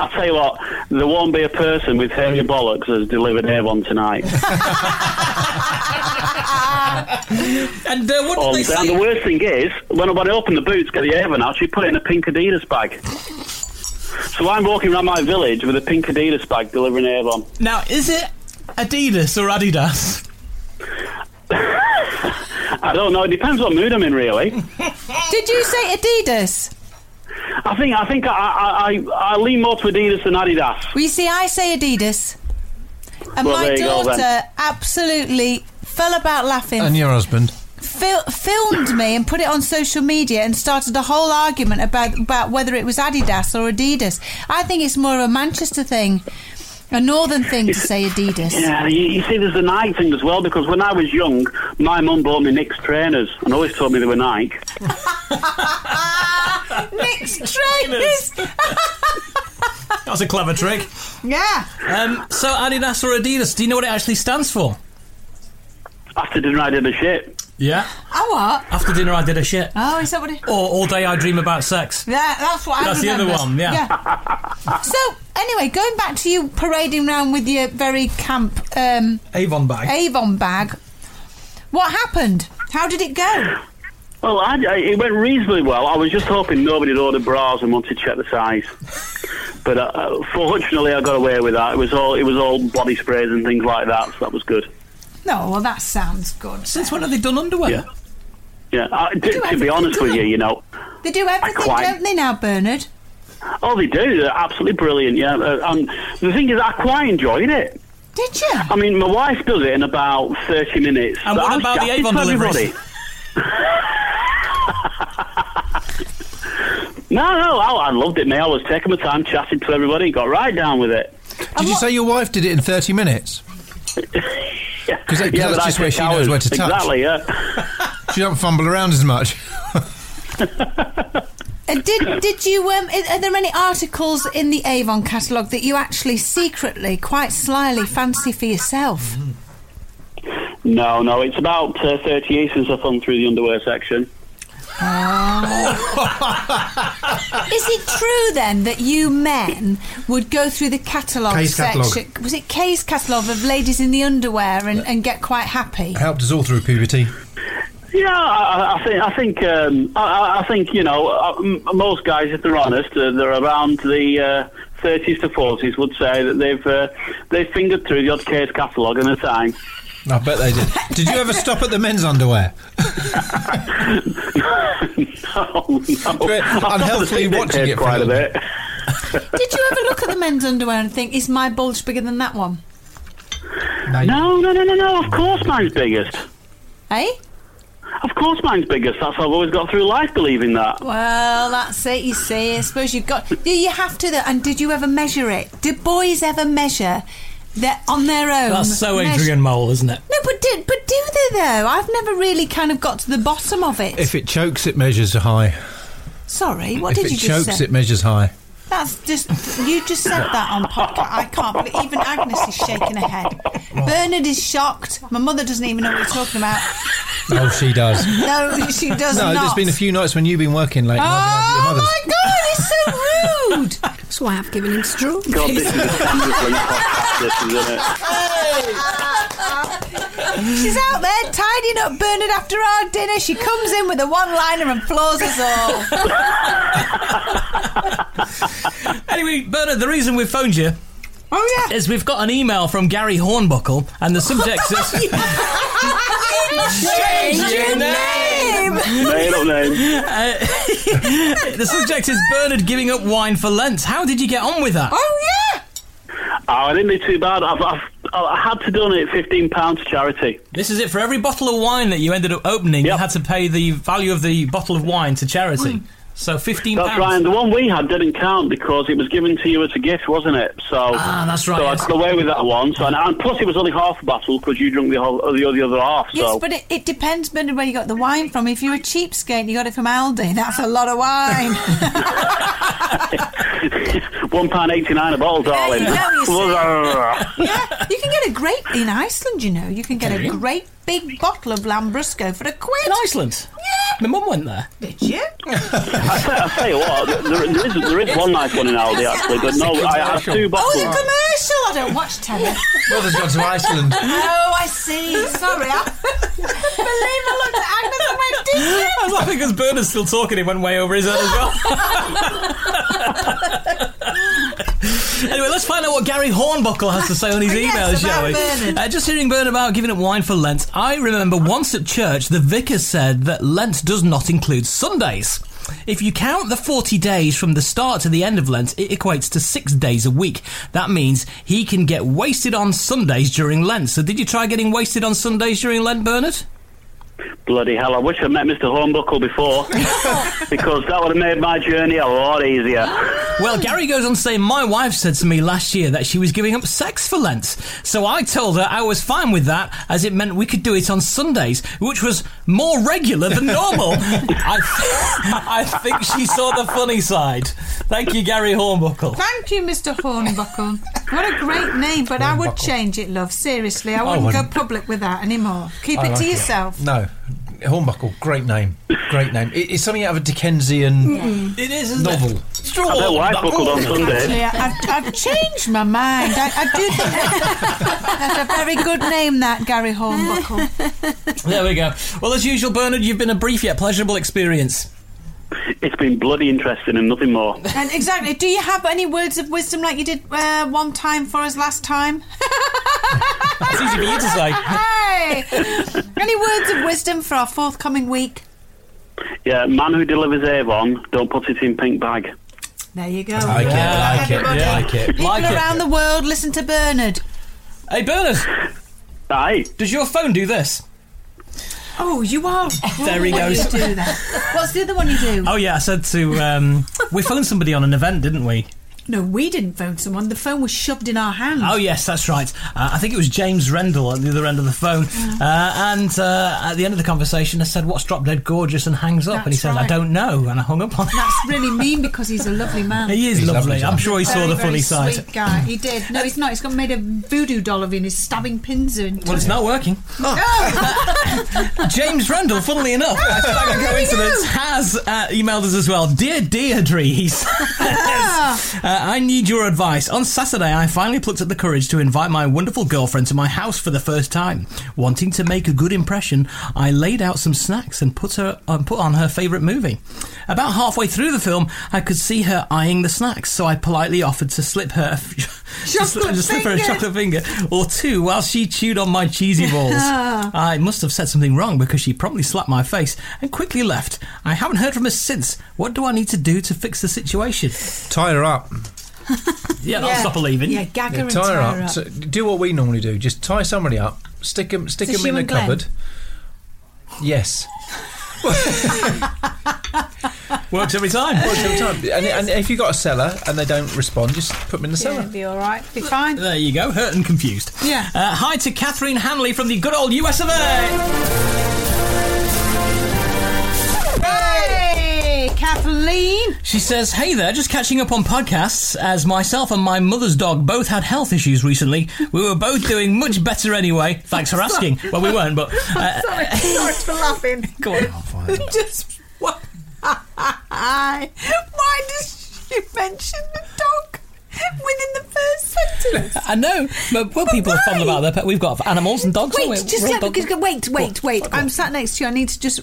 M: I tell you what, there won't be a person with hairy bollocks that's delivered Avon tonight.
C: ah.
B: and uh, what did
M: Oh,
B: they
M: and
B: say?
M: the worst thing is, when I, when I opened the boots, get the Avon out, she put it in a pink Adidas bag. So I'm walking around my village with a pink Adidas bag delivering Avon.
B: Now, is it Adidas or Adidas?
M: I don't know. It depends what mood I'm in, really.
C: Did you say Adidas?
M: I think I think I I, I, I lean more to Adidas than Adidas.
C: Well, you see, I say Adidas, and
M: Well,
C: my
M: there you go,
C: daughter
M: then.
C: absolutely fell about laughing.
D: And your husband.
C: fil- filmed me and put it on social media and started a whole argument about about whether it was Adidas or Adidas. I think it's more of a Manchester thing, a northern thing to say Adidas.
M: Yeah, you, you see, there's the Nike thing as well because when I was young, my mum bought me Nick's trainers and always told me they were Nike.
C: Nick's trainers.
B: That's a clever trick.
C: Yeah.
B: Um, so Adidas or Adidas? Do you know what it actually stands for?
M: After dinner, I did a shit.
B: Yeah.
C: Oh what?
B: After dinner, I did a shit.
C: Oh, is that what it?
B: Or all day, I dream about sex.
C: Yeah, that's what I
B: That's the other
C: remember.
B: one, yeah.
C: so anyway, going back to you parading around with your very camp um,
B: Avon bag.
C: Avon bag. What happened? How did it go?
M: Well, I, I- it went reasonably well. I was just hoping nobody had ordered bras and wanted to check the size. But uh, fortunately, I got away with that. It was all it was all body sprays and things like that, so that was good.
C: No, well that sounds good.
B: Since when have they done underwear?
M: Yeah. Yeah, I, to, to
C: everything,
M: be honest with
C: don't
M: you, you know,
C: They do everything,
M: quite-
C: don't they now, Bernard?
M: oh, they do. They're absolutely brilliant. Yeah, uh, and the thing is, I quite enjoyed it.
C: Did you? I
M: mean, my wife does it in about thirty minutes.
B: And
M: but
B: what
M: I was
B: about the
M: chatting
B: Avon
M: to everybody.
B: deliveries?
M: No, no, I, I loved it, mate. I was taking my time, chatting to everybody, got right down with it.
D: Did you say your wife did it in 30 minutes? Because
M: Yeah, but
D: that's
M: I
D: just where
M: took
D: she knows where to
M: hours.
D: touch.
M: Exactly,
D: She don't fumble around as much.
C: Uh, did did you? Um, i- are there any articles in the Avon catalogue that you actually secretly, quite slyly, fancy for yourself?
M: No, no, it's about uh, 30 years since I've gone through the underwear section.
C: Is it true then that you men would go through the catalogue
D: Kay's catalogue.
C: section? Was it Kay's catalogue of ladies in the underwear and, and get quite happy?
D: Helped us all through puberty.
M: Yeah, I, I- I think I think um, I- I, I think you know uh, m- most guys, if they're honest, uh, they're around the uh, 30s to 40s, would say that they've uh, they've fingered through the odd case catalogue in a time.
D: I bet they did. Did you ever stop at the men's underwear?
M: no, no.
D: Unhealthily
M: I've got to
D: watching
M: see
D: it for
M: quite a bit.
C: Did you ever look at the men's underwear and think, is my bulge bigger than that one?
M: No, no, no, no, no. Of course, mine's biggest.
C: Eh?
M: Of course, mine's biggest. That's how I've always got through life believing that.
C: Well, that's it. You see, I suppose you've got. You- You have to. Though. And did you ever measure it? Did boys ever measure their on their own?
B: That's so
C: measure-
B: Adrian Mole, isn't it?
C: No, but do, but do they though? I've never really kind of got to the bottom of it.
D: If it chokes, it measures high.
C: Sorry, what
D: if
C: did
D: it
C: you
D: chokes,
C: just say?
D: it measures high.
C: That's just you just said that on podcast. I can't believe even Agnes is shaking her head. Bernard is shocked. My mother doesn't even know what you're talking about.
D: Oh, she does.
C: No, she does
D: no,
C: not.
D: there's been a few nights when you've been working late. and I've been out with your
C: Oh my god,
D: mother's.
C: it's so rude. That's
G: why I've given him stroke.
M: God, this is a wonderful podcast, this, isn't it?
C: She's out there tidying up Bernard after our dinner. She comes in with a one liner and floors us all.
B: Anyway, Bernard, the reason we've phoned you.
C: Oh yeah.
B: Is we've got an email from Gary Hornbuckle and the subject is
L: Change your
C: name.
M: Male name.
B: Uh, the subject is Bernard giving up wine for Lent. How did you get on with that?
C: Oh yeah.
M: Oh, I didn't do too bad. I've, I've, I had to donate fifteen pounds to charity.
B: This is it. For every bottle of wine that you ended up opening, you had to pay the value of the bottle of wine to
M: Hmm.
B: charity. So fifteen
M: That's
B: pounds.
M: right. And the one we had didn't count because it was given to you as a gift, wasn't it? So
B: Ah, that's right,
M: So I
B: yes.
M: got away with that one. So and, and plus, it was only half a bottle because you drank the whole the, the other half.
C: Yes,
M: so
C: but it, it depends, Bernard, where you got the wine from. If you're a cheapskate and you got it from Aldi, that's a lot of wine.
M: one pound eighty nine a bottle, darling.
C: yeah, you can get a great in Iceland. You know, you can get
B: Can
C: a
B: you?
C: great big bottle of Lambrusco for a quid
B: in Iceland.
C: Yeah,
B: my mum went there.
C: Did you?
M: I, tell, I tell you what, there, there is there is one nice one in Aldi actually, but no, I had two
C: Oh, the
M: bottles.
C: commercial. I don't watch telly.
D: Mother's gone to Iceland.
C: Oh, I see. Sorry, I believe I looked at Agnes and went, "Did you?"
B: I was laughing because Bernard's still talking. It went way over his head as well. anyway, let's find out what Gary Hornbuckle has to say on his
L: Yes,
B: email,
L: about
B: shall we?
L: Bernard.
B: Uh, just hearing Bernard about giving up wine for Lent, I remember once at church the vicar said that Lent does not include Sundays. If you count the 40 days from the start to the end of Lent, it equates to six days a week. That means he can get wasted on Sundays during Lent. So, did you try getting wasted on Sundays during Lent, Bernard?
M: Bloody hell! I wish I met Mr. Hornbuckle before, because that would have made my journey a lot easier.
B: Well, Gary goes on saying, My wife said to me last year that she was giving up sex for Lent. So I told her I was fine with that, as it meant we could do it on Sundays, which was more regular than normal. I, I think she saw the funny side. Thank you, Gary Hornbuckle.
C: Thank you, Mr. Hornbuckle. What a great name, but I would change it, love. Seriously, I
D: I
C: wouldn't,
D: wouldn't.
C: go public with that anymore. Keep
D: I
C: it
D: like
C: to yourself.
D: No, Hornbuckle, great name, great name. It, it's something out of a Dickensian
C: Mm-mm. It is, isn't it? oh,
D: novel.
B: Straw.
M: I bet wife buckled on
C: Actually,
M: Sunday.
C: I- I've, I've changed my mind. I, I do think that's a very good name, that Gary Hornbuckle.
B: There we go. Well, as usual, Bernard, you've been a brief yet pleasurable experience.
M: It's been bloody interesting and nothing more.
C: And exactly. Do you have any words of wisdom like you did uh, one time for us last time?
B: It's easy for you to say.
C: Hey! Any words of wisdom for our forthcoming week?
M: Yeah, man who delivers Avon, don't put it in pink bag.
C: There you go.
M: Like it, like it,
C: Everybody.
M: like it.
C: People
M: Like it.
C: around the world listen to Bernard.
B: Hey, Bernard.
M: Hi.
B: Does your phone do this?
C: Oh, you are.
B: There he
C: What do you
B: goes.
C: do that? What's the other one you do?
B: Oh, yeah, I said to. Um, we phoned somebody on an event, didn't we?
C: No, we didn't phone someone. The phone was shoved in our hand.
B: Oh yes, that's right. Uh, I think it was James Rendell at the other end of the phone, uh, and uh, at the end of the conversation, I said, "What's drop dead gorgeous?" and hangs up, and he
C: That's
B: says, "I
C: right.
B: don't know," and I hung up on him.
C: That's really mean because he's a lovely man.
B: He is He's lovely. lovely, I'm sure he saw
C: Very,
B: the
C: very
B: funny side.
C: Sweet guy. He did. No, he's not. He's got made a voodoo doll of him. He's stabbing pins Oh, into.
B: Well, it's
C: it.
B: not working. James Rendell, funnily enough, I feel like a coincidence, has uh, emailed us as well. Dear Deirdre, he says, uh, I need your advice. On Saturday, I finally plucked up the courage to invite my wonderful girlfriend to my house for the first time. Wanting to make a good impression, I laid out some snacks and put her um, put on her favourite movie. About halfway through the film, I could see her eyeing the snacks, so I politely offered to slip her. to slip, to slip her a
L: finger.
B: chocolate finger or two while she chewed on my cheesy balls. I must have said something wrong because she promptly slapped my face and quickly left. I haven't heard from her since. What do I need to do to fix the situation?
D: Tie her up.
B: Yeah, that'll stop her leaving.
C: Yeah, gag her
D: Yeah,
C: and
D: tie her up.
C: up.
D: So do what we normally do. Just tie somebody up, stick them, stick
C: So
D: them
C: she
D: in a
C: and Glenn?
D: cupboard. Yes,
B: works every time.
D: Works every time. And, and if you've got a cellar and they don't respond, just put them in the
C: Yeah,
D: cellar.
C: it'll be all right. Be fine.
B: There you go, hurt and confused.
C: Yeah.
B: Uh, hi to Catherine Hanley from the good old US of A.
C: Hey, Catherine. Kathleen.
B: She says, Hey there, just catching up on podcasts. As myself and my mother's dog both had health issues recently, we were both doing much better anyway. Thanks for asking. Well, we weren't, but. Uh,
C: Sorry, sorry for laughing.
B: Go on.
C: Just what? Why does she mention the dog within the first sentence?
B: I know, but well, people are fond about their pet. We've got animals and dogs.
C: Oh, Wait,
B: haven't we?
C: just
B: We're all
C: let me
B: dog-
C: go- wait, wait, wait. I'm sat next to you. I need to just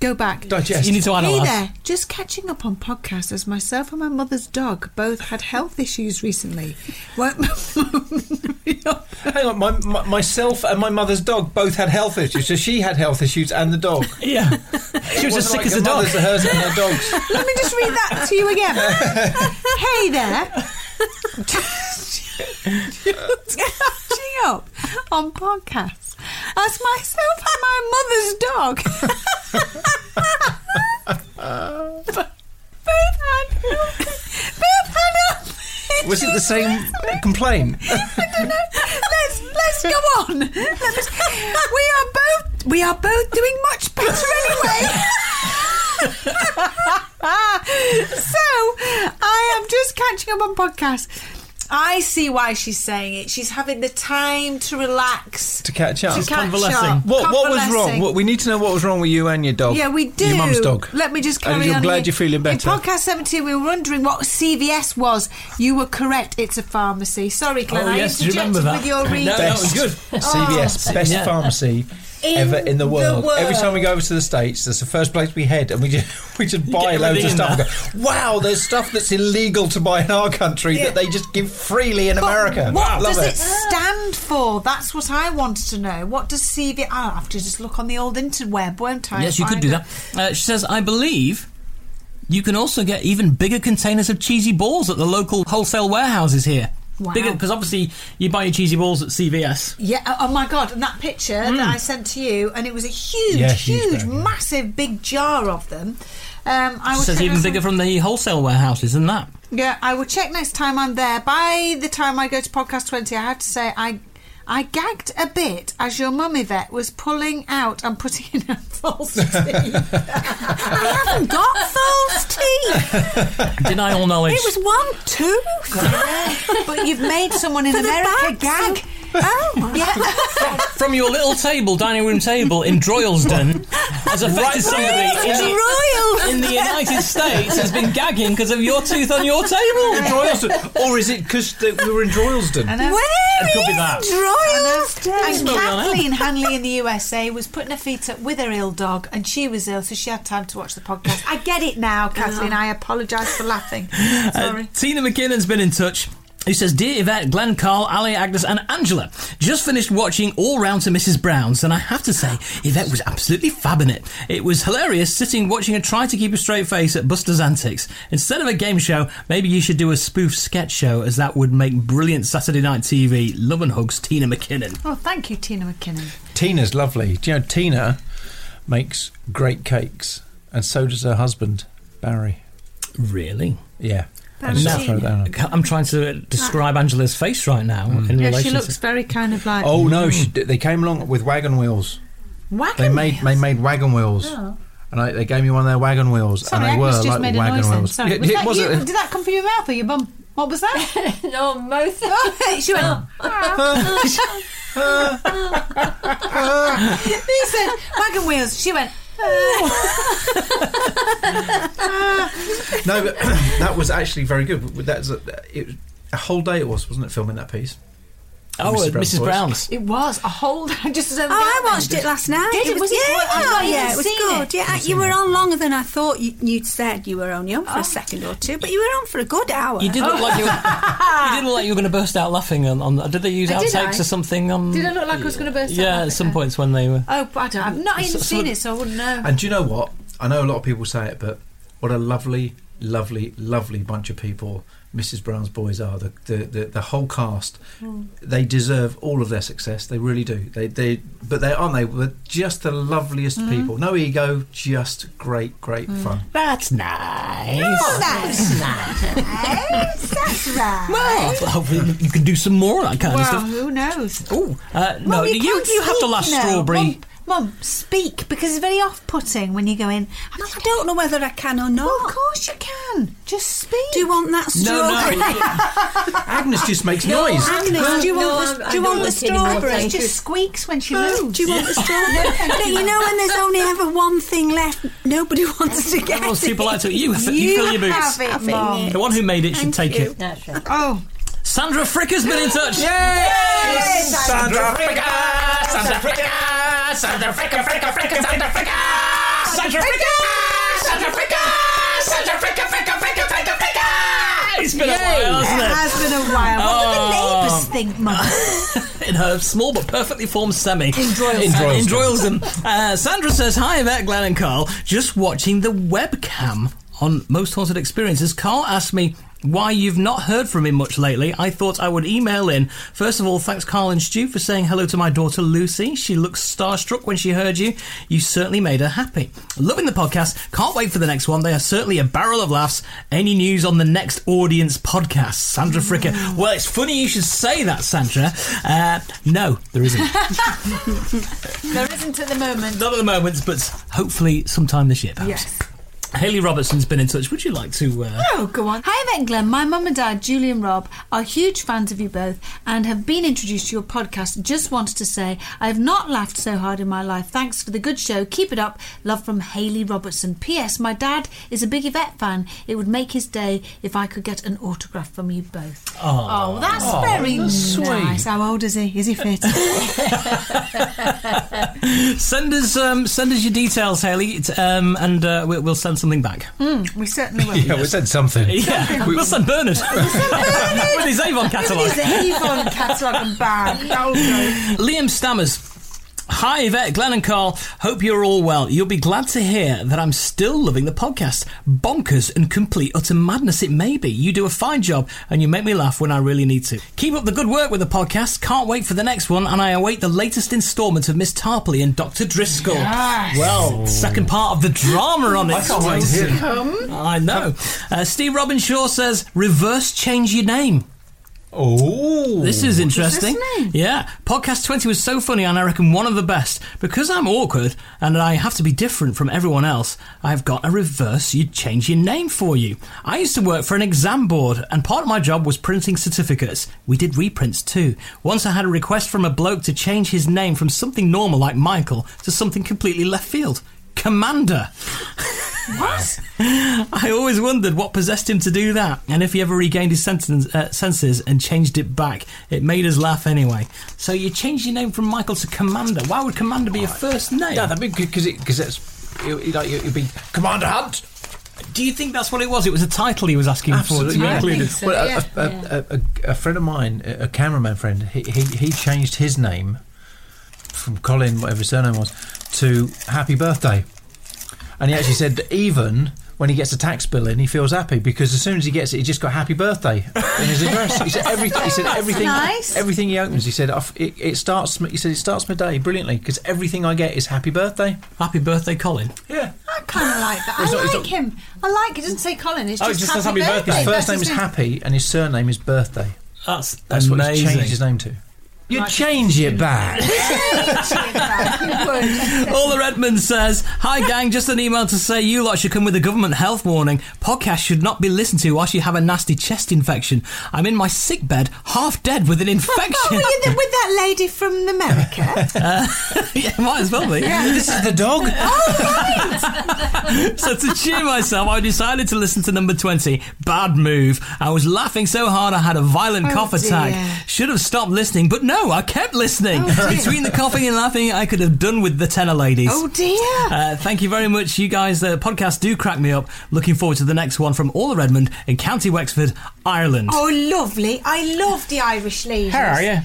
C: go back.
B: Digest. You need to
C: Hey
B: analyse.
C: there. Just catching up on podcasts as myself and my mother's dog both had health issues recently. What?
D: Hang on, my, my, myself and my mother's dog both had health issues. So she had health issues and the dog.
B: Yeah,
D: she
B: was as sick as
D: her
B: a dog.
D: Mother's, hers and her dog's.
C: Let me just read that to you again. hey there. Catching up on podcasts as myself and my mother's dog both had both had health
D: Was it the
C: issues
D: same complaint?
C: let's let's go on. Let's- we are both we are both doing much better anyway. so I am just catching up on podcasts. I see why she's saying it. She's having the time to relax.
D: to catch up.
C: To She's catch convalescing. up.
D: What, what was wrong?
C: Convalescing.
D: What, we need to know what was wrong with you and your dog.
C: Yeah, we do.
D: Your mum's dog.
C: Let me just
D: And
C: carry on.
D: I'm glad
C: here.
D: you're feeling better.
C: In podcast 17, we were wondering what CVS was. You were correct. It's a pharmacy. Sorry, Glenn.
D: Oh,
C: I
D: yes, do you
C: interjected
D: remember that?
C: with your
D: No,
C: reading.
D: that was good. CVS,
C: Oh.
D: best pharmacy ever in the world.
C: world.
D: Every time we go over to the states, that's the first place we head, and we just we just buy
B: get
D: loads
B: everything
D: of
B: in
D: stuff. And go, wow, there's stuff that's illegal to buy in our country
C: Yeah.
D: that they just give freely in
C: But
D: America.
C: What
D: Love
C: does it. stand for? That's what I wanted to know. What does CV? I'll have to just look on the old interweb, won't I?
B: Yes, you could
C: Find
B: do
C: it.
B: that. Uh, she says, I believe you can also get even bigger containers of cheesy balls at the local wholesale warehouses here.
C: Wow.
B: Because obviously you buy your cheesy balls at CVS.
C: Yeah. oh, Oh my god! And that picture that I sent to you, and it was a huge,
B: Hmm. Yeah, huge
C: huge,
B: bag, yeah.
C: massive, big jar of them. Um, I
B: She
C: will
B: says
C: check
B: even
C: next
B: bigger
C: time-
B: from the wholesale warehouses than that.
C: Yeah, I will check next time I'm there. By the time I go to podcast twenty, I have to say I. I gagged a bit as your mummy vet was pulling out and putting in her false teeth. I haven't got false teeth.
B: Deny all knowledge.
C: It was one tooth. but you've made someone in
G: For the
C: America gag. Oh, yeah.
B: from your little table, dining room table in Droylsden, has affected
C: Right.
B: somebody in the,
C: Droylsden.
B: in the United States has been gagging because of your tooth on your table.
D: In Droylsden. Or is it because we were in Droylsden?
C: I know.
B: It could be that.
C: And
B: Moving on, eh?
C: Kathleen Hanley in the USA was putting her feet up with her ill dog, and she was ill, so she had time to watch the podcast. I get it now, Kathleen. I apologise for laughing. Sorry.
B: Uh, Tina McKinnon's been in touch. Who says, Dear Yvette, Glenn, Carl, Ali, Agnes, and Angela, just finished watching All Round to Mrs. Brown's, and I have to say, Yvette was absolutely fabbing it. It was hilarious sitting watching her try to keep a straight face at Buster's Antics. Instead of a game show, maybe you should do a spoof sketch show, as that would make brilliant Saturday night TV. Love and hugs, Tina McKinnon.
C: oh, thank you, Tina McKinnon.
D: Tina's lovely. Do you know Tina makes great cakes, and so does her husband Barry.
B: Really?
D: Yeah. I
C: Barry
D: just
C: Senior.
D: throw that Hmm. out.
B: I'm trying to describe Angela's face right now in
C: Yeah,
B: relation
C: she looks
B: to.
C: very kind of like. Mm.
D: Oh no, she, d- they came along with wagon wheels.
C: Wagon
D: They made they made wagon wheels,
C: Oh.
D: and I, they gave me one of their wagon wheels,
C: Sorry,
D: and they
C: Agnes
D: were
C: just
D: like
C: made a
D: wagon
C: noise then.
D: wheels.
C: Sorry.
D: Yeah,
C: was
D: yeah,
C: that
D: was
C: you?
D: it?
C: Did that come from your mouth or your bum? What was that? Oh,
J: no, mouth.
C: she went. he said, wagon wheels. She went.
D: Oh, No, but that was actually very good. That's a, it, a whole day it was, wasn't it? Filming that piece.
B: Oh, uh, Mrs.
D: Boyce.
B: Brown's.
C: It was a whole. I just
G: Oh, I watched it last night.
C: Did it? Was it
G: yeah,
C: good? I've not
G: yeah,
C: even
G: it was
C: seen
G: good.
C: it.
G: Yeah, you were on longer than I thought you, you'd said. You were only on for a second or two, but you were on for a good hour.
B: You did look like you were, you did look like you were going to burst out laughing on. on did they use
C: Uh, did
B: outtakes
C: I?
B: or something? On
C: Did I look like I was going to burst out?
B: yeah, at some points when they were.
C: Oh, but I don't, I've not even
B: So-
C: seen it, so I wouldn't know.
D: And do you know what? I know a lot of people say it, but what a lovely, lovely, lovely bunch of people Mrs. Brown's boys are. The the, the, the whole cast. They deserve all of their success. They really do. They they but they aren't they? Were just the loveliest people. No ego, just great, great fun.
B: That's nice.
C: that's nice. That's right.
B: oh, Well, hopefully you can do some more of that kind
C: well
B: of stuff.
C: who knows?
B: Oh, uh, no,
C: Well,
B: you you,
C: can't
B: have to
C: speak
B: last
C: now.
B: strawberry.
C: Mum, Mum, speak because it's very off-putting when you go in. I don't know whether I can or not. Well, of course you can. Just speak. Do you want that
D: No, stroke? Agnes just makes noise.
C: Agnes, do you
J: No,
C: want the,
J: I'm-
C: do you
J: I don't
C: want the
J: want any more,
C: strawberry?
J: thank
C: She
J: you.
C: just squeaks when she
G: Huh?
C: moves.
G: Oh, Do you want the strawberry? Don't you know when there's only ever one thing left, nobody wants to get
B: Everyone's
G: it.
B: too polite to it. You, you fill your boots.
G: have it, Mum.
B: The one who made it should
G: Thank
B: take
G: you.
B: it.
C: Oh.
B: Sandra Frick has been in touch.
G: Yay! Yay!
B: Sandra Frick! Sandra Frick!
K: Sandra Fricka, Fricka, Fricka, Sandra Fricka! Sandra Fricka! Sandra Fricka! Sandra Fricka, Fricka, Fricka, Fricka, Fricka!
B: It's been a
K: Yay.
B: while, hasn't it?
C: It has been a while. What do the
B: Oh.
C: neighbours think, Mum?
B: in her small but perfectly formed semi. In
C: Droylsden.
B: In Droylsden. Uh, Sandra says, Hi, Yvette, Glenn, and Carl. Just watching the webcam on Most Haunted Experiences. Carl asked me why you've not heard from him much lately. I thought I would email in. First of all, thanks, Carl and Stu, for saying hello to my daughter, Lucy. She looks starstruck when she heard you. You certainly made her happy. Loving the podcast. Can't wait for the next one. They are certainly a barrel of laughs. Any news on the next audience podcast? Sandra Fricker. Well, it's funny you should say that, Sandra. Uh, no, there isn't. Oh.
C: there isn't at the moment.
B: Not at the moment, but hopefully sometime this year, perhaps.
C: Yes.
B: Haley Robertson's been in touch. Would you like to? Uh...
C: Oh, go on. Hi, Yvette Glenn. My mum and dad, Julie and Rob, are huge fans of you both and have been introduced to your podcast. Just wanted to say I have not laughed so hard in my life. Thanks for the good show. Keep it up. Love from Haley Robertson. P.S. My dad is a big Yvette fan. It would make his day if I could get an autograph from you both.
B: Oh,
C: Oh, that's very
B: that's sweet.
C: nice. How old is he? Is he fit?
B: Send us, um, send us your details, Haley, t- um, and uh, we'll, we'll send something back.
C: mm, we certainly will.
B: Yeah, we
D: said something.
B: Yeah, we'll send Bernard with his Avon catalogue.
C: Look at his Avon catalogue and bag. Oh, no.
B: Liam stammers. Hi, Yvette, Glenn, and Carl. Hope you're all well. You'll be glad to hear that I'm still loving the podcast. Bonkers and complete utter madness, it may be. You do a fine job, and you make me laugh when I really need to. Keep up the good work with the podcast. Can't wait for the next one, and I await the latest instalment of Miss Tarpley and Dr. Driscoll.
K: Yes.
B: Well, second part of the drama on it.
K: I can't wait to hear it. Come.
B: I know. Uh, Steve Robinshaw says, reverse change your name.
D: Oh,
B: this is interesting.
K: What's his name?
B: Yeah, podcast twenty was so funny, and I reckon one of the best. Because I'm awkward and I have to be different from everyone else, I've got a reverse. You change your name for you. I used to work for an exam board, and part of my job was printing certificates. We did reprints too. Once I had a request from a bloke to change his name from something normal like Michael to something completely left field. Commander. What? I always wondered what possessed him to do that, and if he ever regained his sentence, uh, senses and changed it back. It made us laugh anyway. So you changed your name from Michael to Commander. Why would Commander be your first name?
D: Yeah, that'd be good because because that's it, it, like it would be Commander Hunt.
B: Do you think that's what it was? It was a title he was asking for.
D: Absolutely,
B: that you
D: yeah.
B: included.
D: Well, a- a, a- a- a friend of mine, a a cameraman friend, he, he he changed his name from Colin, whatever his surname was, to Happy Birthday, and he actually said that even. When he gets a tax bill in, he feels happy because as soon as he gets it, he just got happy birthday in his address. He said everything. He said
K: That's
D: everything.
K: nice.
D: Everything he opens, he said "I f- it, it starts. m- He said it starts my day brilliantly because everything I get is happy birthday.
B: Happy birthday, Colin.
D: Yeah.
C: I kind of like that. I
D: It's not- it's
C: like him. I like it. Doesn't say Colin. It's
B: Oh,
C: just,
B: it just says
C: happy,
B: happy
C: birthday.
D: His first
C: That's
D: name is
C: his-
D: Happy, and his surname is Birthday.
B: That's
D: That's what he's
B: amazing.
D: changed his name to. You change it back.
B: All the Redmond says, Hi gang, just an email to say you lot should come with a government health warning. Podcasts should not be listened to whilst you have a nasty chest infection. I'm in my sick bed, half dead with an infection.
C: Oh, were you the- with that lady from America?
B: Uh, yeah, might as well be.
C: Yeah. This is
D: the dog.
B: so to cheer myself, I decided to listen to number 20, Bad Move. I was laughing so hard I had a violent
K: Oh,
B: cough
K: dear.
B: attack. Should have stopped listening, but no, I kept listening.
K: Oh, dear.
B: Between the coughing and laughing, I could have done with the tenor ladies.
K: Oh, dear.
B: Uh, thank you very much, you guys. The podcast do crack me up. Looking forward to the next one from All the Redmond in County Wexford, Ireland.
C: oh, lovely. I love the Irish ladies.
B: How are you?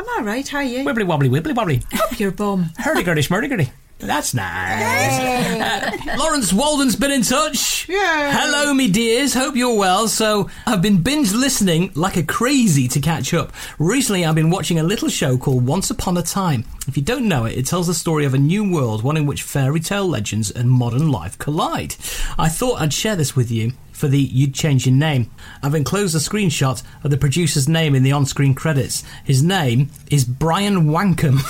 C: Am I right? How are you?
B: Wibbly wobbly, wibbly wobbly.
C: Up your bum.
B: Hurdy-gurdy, schmurdy-gurdy. That's nice. Uh, Lawrence Walden's been in touch.
C: Yeah.
B: Hello, me dears. Hope you're well. So, I've been binge listening like a crazy to catch up. Recently, I've been watching a little show called Once Upon a Time. If you don't know it, it tells the story of a new world, one in which fairy tale legends and modern life collide. I thought I'd share this with you. for the You'd Change Your Name. I've enclosed a screenshot of the producer's name in the on screen credits. His name is Brian Wankum.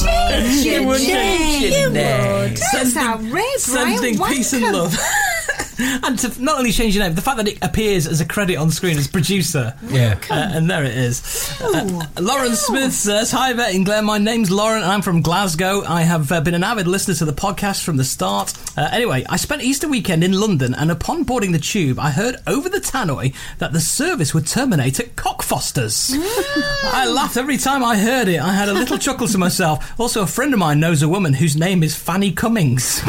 C: change
B: Uh, You
C: your
B: would change your
C: You
B: name.
C: would. That's
B: Sending-
C: outrageous.
B: Sending
C: Brian
B: peace and
C: Wankham.
B: love. and to not only change your name, the fact that it appears as a credit on screen as producer.
D: Yeah.
B: Uh, and there it is. Uh, Lauren Smith says, Hi, Bet and Glenn. My name's Lauren and I'm from Glasgow. I have uh, been an avid listener to the podcast from the start. Uh, anyway, I spent Easter weekend in London and upon boarding the tube, I heard over the tannoy that the service would terminate at Cockfosters. I laughed every time I heard it. I had a little chuckle to myself. Also, a friend of mine knows a woman whose name is Fanny Cummings.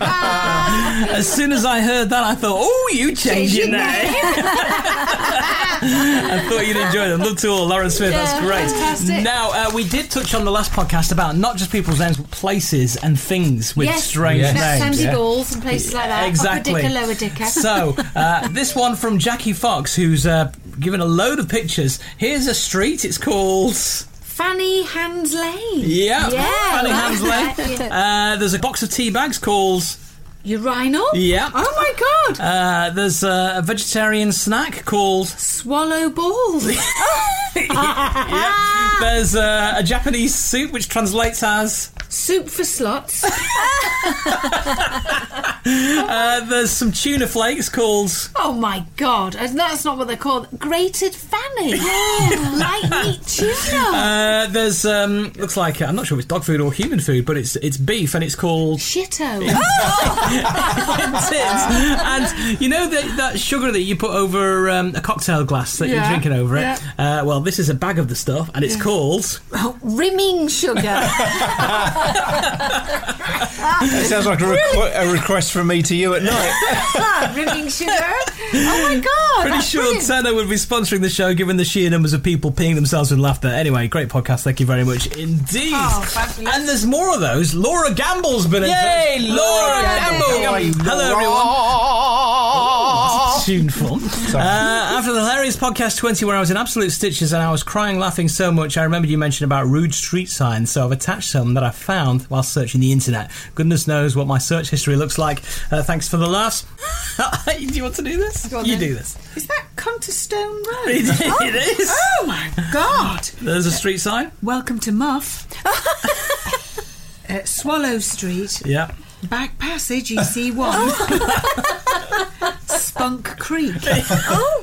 B: as soon as I heard that, I thought, oh, you changed your name. I thought you'd enjoy them. Love to all, Lauren Smith. that's
C: Yeah,
B: great.
C: fantastic.
B: Now uh, we did touch on the last podcast about not just people's names, but places and things with
N: yes.
B: strange
N: yes.
B: names.
N: Sandy
B: Yeah.
N: Balls and places like that.
B: Exactly.
N: Upper Dicker, Lower Dicker.
B: So uh, this one from Jackie Fox, who's uh, given a load of pictures. Here's a street. It's called.
N: Fanny Hands Lane.
B: Yeah,
N: yeah
B: Fanny
N: that's
B: Hands Lane.
N: right, yeah.
B: Uh, there's a box of tea bags called.
N: Urinal.
B: Yeah.
N: Oh my god.
B: Uh, there's uh, a vegetarian snack called.
N: Swallow balls.
B: There's uh, a Japanese soup which translates as.
N: Soup for slots.
B: Uh, there's some tuna flakes called.
N: Oh my god. And that's not what they're called. Grated Fanny. Light meat tuna.
B: Uh, there's um, looks like I'm not sure if it's dog food or human food, but it's it's beef and it's called.
N: Shitto.
B: That's it. And you know that that sugar that you put over um, a cocktail glass that
N: Yeah,
B: you're drinking over it.
N: yeah.
B: Uh, well, this is a bag of the stuff, and it's
N: Yeah.
B: called.
N: Oh, rimming sugar.
D: It sounds like a, requ- a request from me to you at night.
N: Ah, rimming sugar. Oh my god.
B: Pretty
N: that's
B: sure
N: brilliant.
B: Tanner would be sponsoring the show given the sheer numbers of people peeing themselves with laughter. Anyway, great podcast. Thank you very much indeed.
N: Oh,
B: and there's more of those. Laura Gamble's been in
L: Yay,
B: touch.
L: Laura Gamble.
B: Hello, everyone. Tuneful. Uh, after the hilarious podcast 20, where I was in absolute stitches and I was crying laughing so much, I remembered you mentioned about rude street signs, so I've attached some that I found while searching the internet. Goodness knows what my search history looks like. Uh, thanks for the laughs. do you want to do this?
C: Go on
B: you
C: then.
B: do this.
C: Is that Contestone Road?
B: It is. It is.
C: Oh my God!
B: There's a street sign.
C: Welcome to Muff. uh, Swallow Street.
B: Yeah.
C: Back Passage E EC1. Spunk Creek. oh!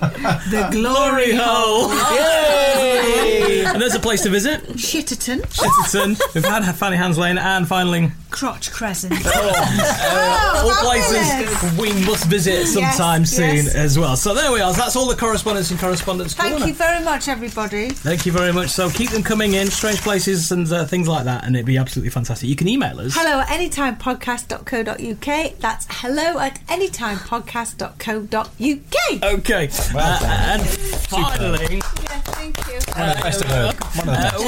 C: The Glory,
B: Glory hole.
C: Yay!
B: and there's a place to visit.
C: Shitterton.
B: Shitterton. We've had Fanny Hans Lane and finally
C: Crotch Crescent.
B: Oh.
C: Oh,
B: all places we must visit sometime
C: Yes,
B: soon
C: yes.
B: as well. So there we are. So that's all the correspondence and correspondence
C: Thank
B: corner.
C: you very much, everybody.
B: Thank you very much. So keep them coming in, strange places and uh, things like that, and it'd be absolutely fantastic. You can email us.
C: Hello at anytimepodcast.co.uk. That's hello at anytimepodcast.co.uk.
B: Okay. Uh, and finally,
C: Yeah, thank you.
B: One of the best I've heard. One of the best. Uh,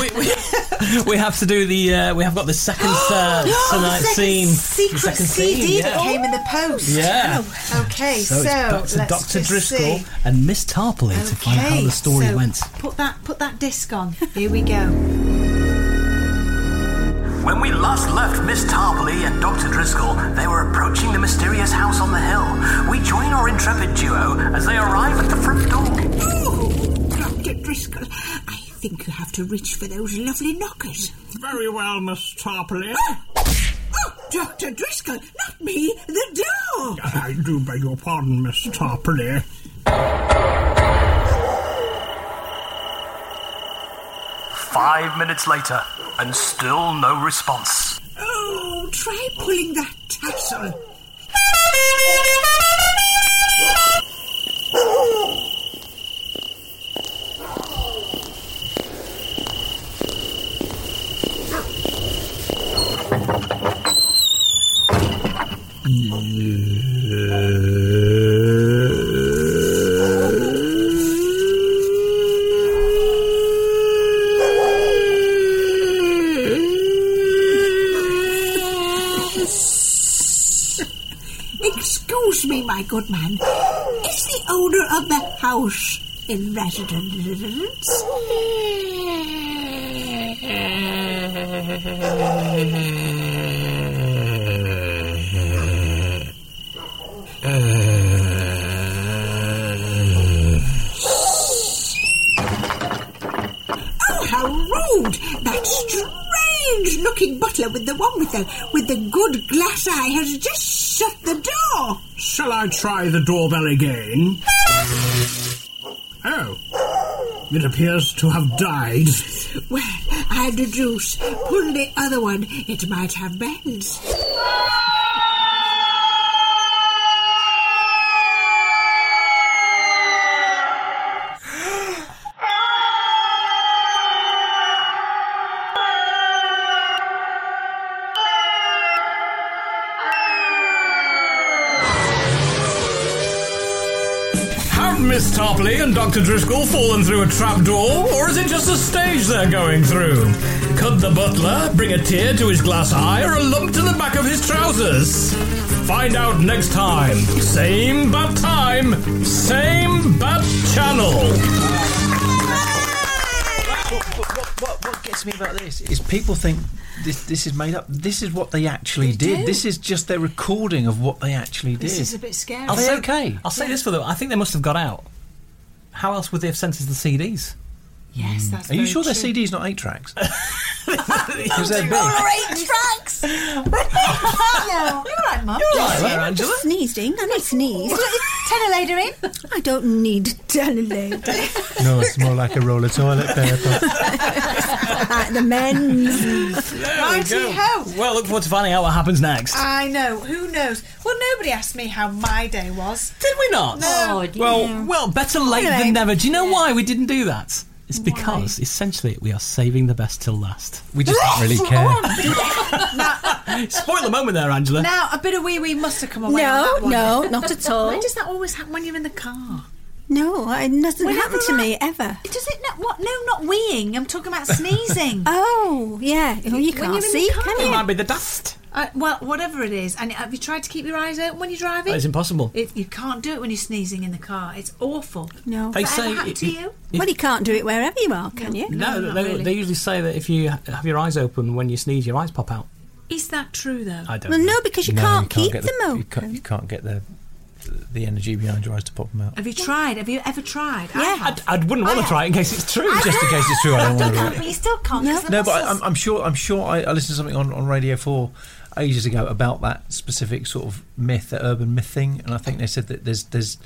B: we- we have to do the. Uh, we have got the second uh, tonight
C: second
B: scene.
C: Secret
B: the second
C: CD
B: scene.
C: that
B: yeah.
C: came in the post.
B: Yeah.
C: Okay, so,
B: So, it's
C: let's
B: back to Dr.
C: just
B: Driscoll
C: see.
B: and Miss Tarpley to find out how
C: Okay,
B: the story
C: so
B: went.
C: Put that put that disc on. Here we go.
K: When we last left Miss Tarpley and Dr. Driscoll, they were approaching the mysterious house on the hill. We join our intrepid duo as they arrive at the front door.
N: Oh,
F: Dr. Driscoll, I think you have to reach for those lovely knockers.
I: Very well, Miss Tarpley.
F: Dr. Driscoll, not me, the door!
I: I do beg your pardon, Miss Tarpley.
K: Five minutes later, and still no response.
F: Oh, try pulling that tassel. Excuse me, my good man. Is the owner of the house in residence? Oh, wrong with them? With the good glass eye has just shut the door.
I: Shall I try the doorbell again? Oh. It appears to have died.
F: Well, I had the juice. Pull the other one. It might have bends.
I: Have Miss Tarpley and Dr. Driscoll fallen through a trapdoor, or is it just a stage they're going through? Could the butler bring a tear to his glass eye or a lump to the back of his trousers? Find out next time. Same bad time, same bad channel.
D: What, what gets me about this is people think this, this is made up. This is what they actually did.
C: do.
D: This is just their recording of what they actually did.
C: This is a bit scary.
D: Are they
B: say-
D: okay?
B: I'll say this for them. I think they must have got out. How else would they have sent us the CDs?
C: Yes, that's
D: Are you
B: very
D: sure their
B: true.
D: CD's not eight tracks? Because they're
C: All
D: big.
C: eight tracks. You're right, Mum.
B: You're all right there, Angela.
G: I sneezed, Ing. I sneezed.
C: Tell a later in.
G: I don't need Adelaide.
E: No, it's more like a roll of toilet paper.
G: like the men's.
B: There we go.
C: Righty-ho.
B: Well, look forward to finding out what happens next.
C: I know. Who knows? Well, nobody asked me how my day was.
B: Did we not?
C: No. Oh, dear.
B: well, well, better late
C: Anyway.
B: than never. Do you know why we didn't do that? It's because essentially we are saving the best till last. We
C: just don't really
B: care. Spoil the moment there, Angela.
C: Now, a bit of wee wee must have come away.
G: No,
C: on that one.
G: no, not at all.
C: Why does that always happen when you're in the car?
G: No, it doesn't
C: Whenever
G: happen to
C: I-
G: me ever.
C: Does it not? What? No, not weeing. I'm talking about sneezing.
G: Oh, yeah. Oh,
C: When
G: you can't
C: you're in the
G: see,
C: car.
G: can
B: It
G: you?
B: might be the dust.
C: Uh, well, whatever it is, and have you tried to keep your eyes open when you're driving?
B: It's impossible.
C: It, you can't do it when you're sneezing in the car. It's awful.
G: No.
B: They
C: Has that
B: say
C: ever happened
B: it-
C: to
B: it-
C: you?
G: Well, you can't do it wherever you are, can you?
B: No, they, they usually say that if you ha- have your eyes open when you sneeze, your eyes pop out.
C: Is that true though?
B: I don't.
G: Well,
B: know.
G: no, because you
D: No,
G: can't, keep
D: get
G: them
D: the,
G: open.
D: You can't, you can't get the the energy behind your eyes to pop them out.
C: Have you tried? Have you ever tried? I have.
B: I, I wouldn't want to try it in case it's true.
D: Just in case it's true, I don't want to
C: But you still can't. No,
D: No, but I, I'm, I'm sure. I'm sure. I, I listened to something on, on Radio Four ages ago about that specific sort of myth, that urban myth thing, and I think they said that there's there's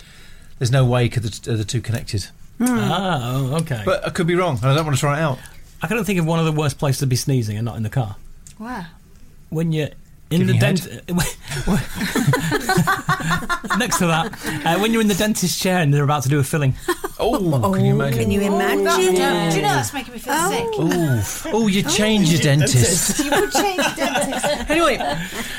D: there's no way could the, t- are the two connected.
B: Ah, oh, okay.
D: But I could be wrong, and I don't want to try it out.
B: I couldn't think of one of the worst places to be sneezing and not in the car.
C: Wow.
B: When you're in
D: Giving
B: the
D: you
B: dent, next to that, uh, when you're in the dentist chair and they're about to do a filling.
D: Oh, can you imagine?
G: Can you imagine?
C: Do you know that's making me feel sick?
D: Oh, oh, you change your dentist.
C: You would change dentist.
D: anyway,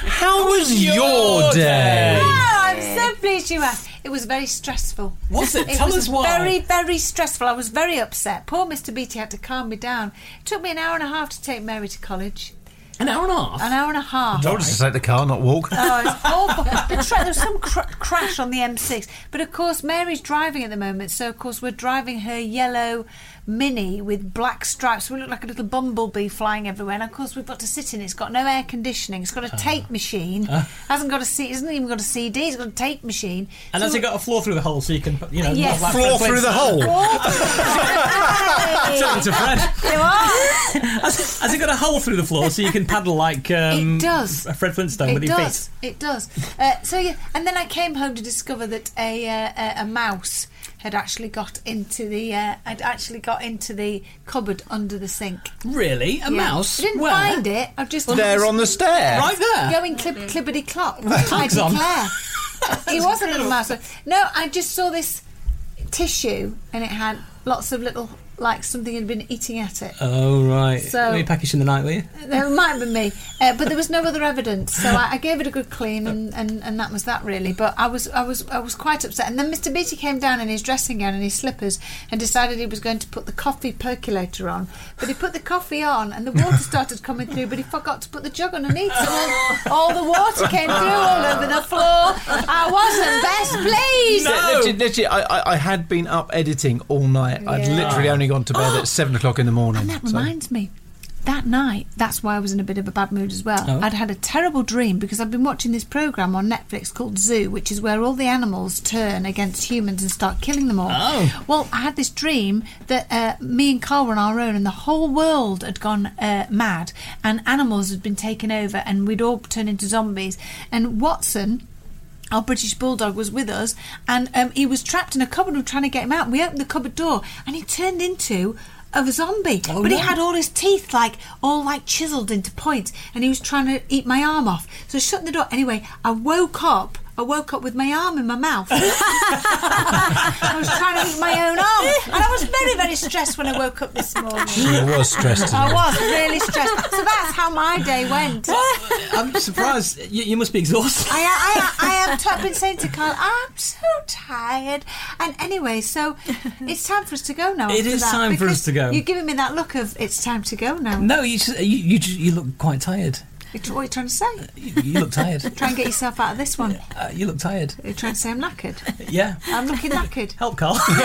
D: how was your day?
C: Oh, I'm so pleased you asked. It was very stressful.
B: Was it?
C: It
B: Tell
C: was
B: us why.
C: Very, very stressful. I was very upset. Poor Mr. Beatty had to calm me down. It took me an hour and a half to take Mary to college.
B: An hour and a half.
C: An hour and a half.
D: Told us to take the car, not walk.
C: Oh, it's awful. The tra- there was some cr- crash on the M6. But of course, Mary's driving at the moment, so of course, we're driving her yellow Mini with black stripes. We look like a little bumblebee flying everywhere. And of course, we've got to sit in it. It's got no air conditioning. It's got
B: Ah.
C: a tape machine. Hasn't got a C. Hasn't even got a CD. It's got a tape machine.
B: And
C: So
B: has it got a floor through the hole so you can, you know,
C: Yes.
B: not like
D: Floor
B: Fred
D: through the hole.
B: Flintstone. Turn it to Fred.
C: There are.
B: Has, has it got a hole through the floor so you can paddle like um,
C: It does.
B: Fred Flintstone
C: it
B: with your
C: does.
B: feet?
C: It does. Uh, so yeah, and then I came home to discover that a uh, a, a mouse had actually got into the uh, had actually got into the cupboard under the sink.
B: Really? A
C: Yeah.
B: mouse?
C: I didn't
B: Where?
C: find it. I've just
D: There on the stair.
B: Right there.
C: going clip, clippity clop. I
B: Tugs on.
C: declare, he was a little mouse. No, I just saw this tissue and it had lots of little like something had been eating at it.
B: Oh, right.
C: So-
B: Were you packaged in the night, were you?
C: It might have been me, uh, but there was no other evidence, so I, I gave it a good clean, and, and, and that was that really. But I was I was I was quite upset, and then Mr. Beatty came down in his dressing gown and his slippers, and decided he was going to put the coffee percolator on. But he put the coffee on, and the water started coming through, but he forgot to put the jug underneath, so all, all the water came through all over the floor. I wasn't best pleased.
D: Yeah, Legit, legit, I, I, I had been up editing all night. I'd
C: Yeah.
D: literally only gone to bed at seven o'clock in the morning.
C: That
D: so-
C: reminds me. that night, that's why I was in a bit of a bad mood as well.
N: Oh.
C: I'd had a terrible dream because I've been watching this program on Netflix called Zoo, which is where all the animals turn against humans and start killing them all.
N: Oh.
C: Well, I had this dream that uh, me and Carl were on our own, and the whole world had gone uh, mad, and animals had been taken over, and we'd all turned into zombies. And Watson our British bulldog was with us, and um, he was trapped in a cupboard. We were trying to get him out. We opened the cupboard door, and he turned into a zombie.
D: Oh,
C: but he
N: no.
C: had all his teeth like all like chiselled into points, and he was trying to eat my arm off. So I shut the door. Anyway, I woke up. I woke up with my arm in my mouth. I was trying to eat my own arm, and I was very, very stressed when I woke up this morning.
D: She was stressed.
C: I was really stressed. So that's how my day went.
B: I'm surprised. You, you must be exhausted.
C: I, I, I, I am. T- I've been saying to Carl, I'm so tired. And anyway, so it's time for us to go now.
B: It
C: after
B: is
C: that,
B: time for us
C: because
B: to go.
C: You're giving me that look of it's time to go now.
B: No, you, just, you you just- you look quite tired.
C: What are you trying to say?
B: Uh, You look tired.
C: Try and get yourself out of this one.
B: Uh, you look tired.
C: You're trying to say I'm knackered.
B: Yeah.
C: I'm looking knackered.
B: Help, Carl.
C: you won't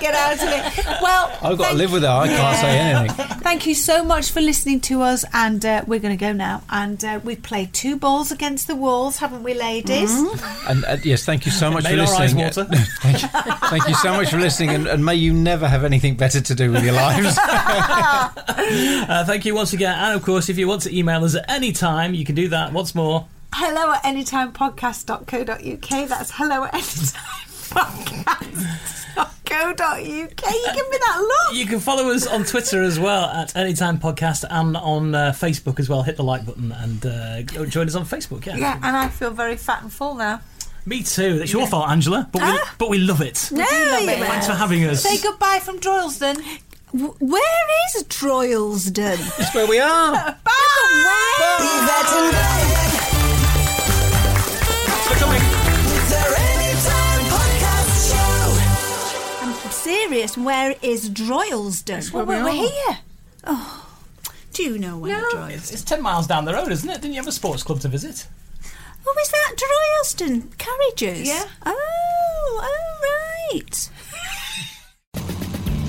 C: get out of it. Well,
D: I've got to live with her. I can't say anything.
C: Thank you so much for listening to us, and uh, we're going to go now. And uh, we've played two balls against the walls, haven't we, ladies?
B: Mm-hmm.
D: And uh, yes, thank you so much
B: Made
D: for
B: our eyes
D: listening. thank, you, thank you so much for listening, and, and may you never have anything better to do with your lives.
B: Uh, thank you once again. And of course, if you want to email us at any time, you can do that once more.
C: Hello at anytimepodcast.co.uk. That's hello at anytimepodcast.co.uk. You give me that look.
B: You can follow us on Twitter as well at Anytime Podcast and on uh, Facebook as well. Hit the like button and uh, go join us on Facebook. Yeah.
C: Yeah, and I feel very fat and full now.
B: Me too. It's your fault, Angela, but we, but we love it.
C: Ah. No, you won't.
B: Thanks for having us.
C: Say goodbye from Droylsden. Where is Droylsden?
D: That's where we are.
G: I'm serious. Where is Droylsden?
C: where Well, we we're are.
G: here. Oh, do you know where Droylsden?
B: It's, it's 10 miles down the road, isn't it? Didn't you have a sports club to visit?
G: Oh, is that Droylsden carriages? Yeah. Oh, all right.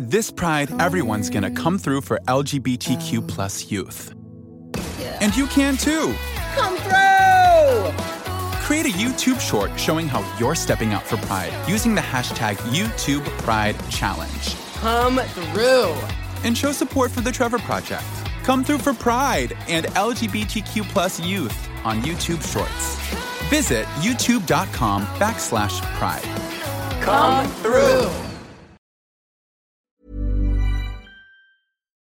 O: This Pride, everyone's gonna come through for LGBTQ plus youth. And you can too!
P: Come through!
O: Create a YouTube short showing how you're stepping up for Pride using the hashtag YouTube Pride Challenge.
P: Come through!
O: And show support for the Trevor Project. Come through for Pride and LGBTQ plus youth on YouTube Shorts. Visit youtube.com backslash pride.
P: Come through!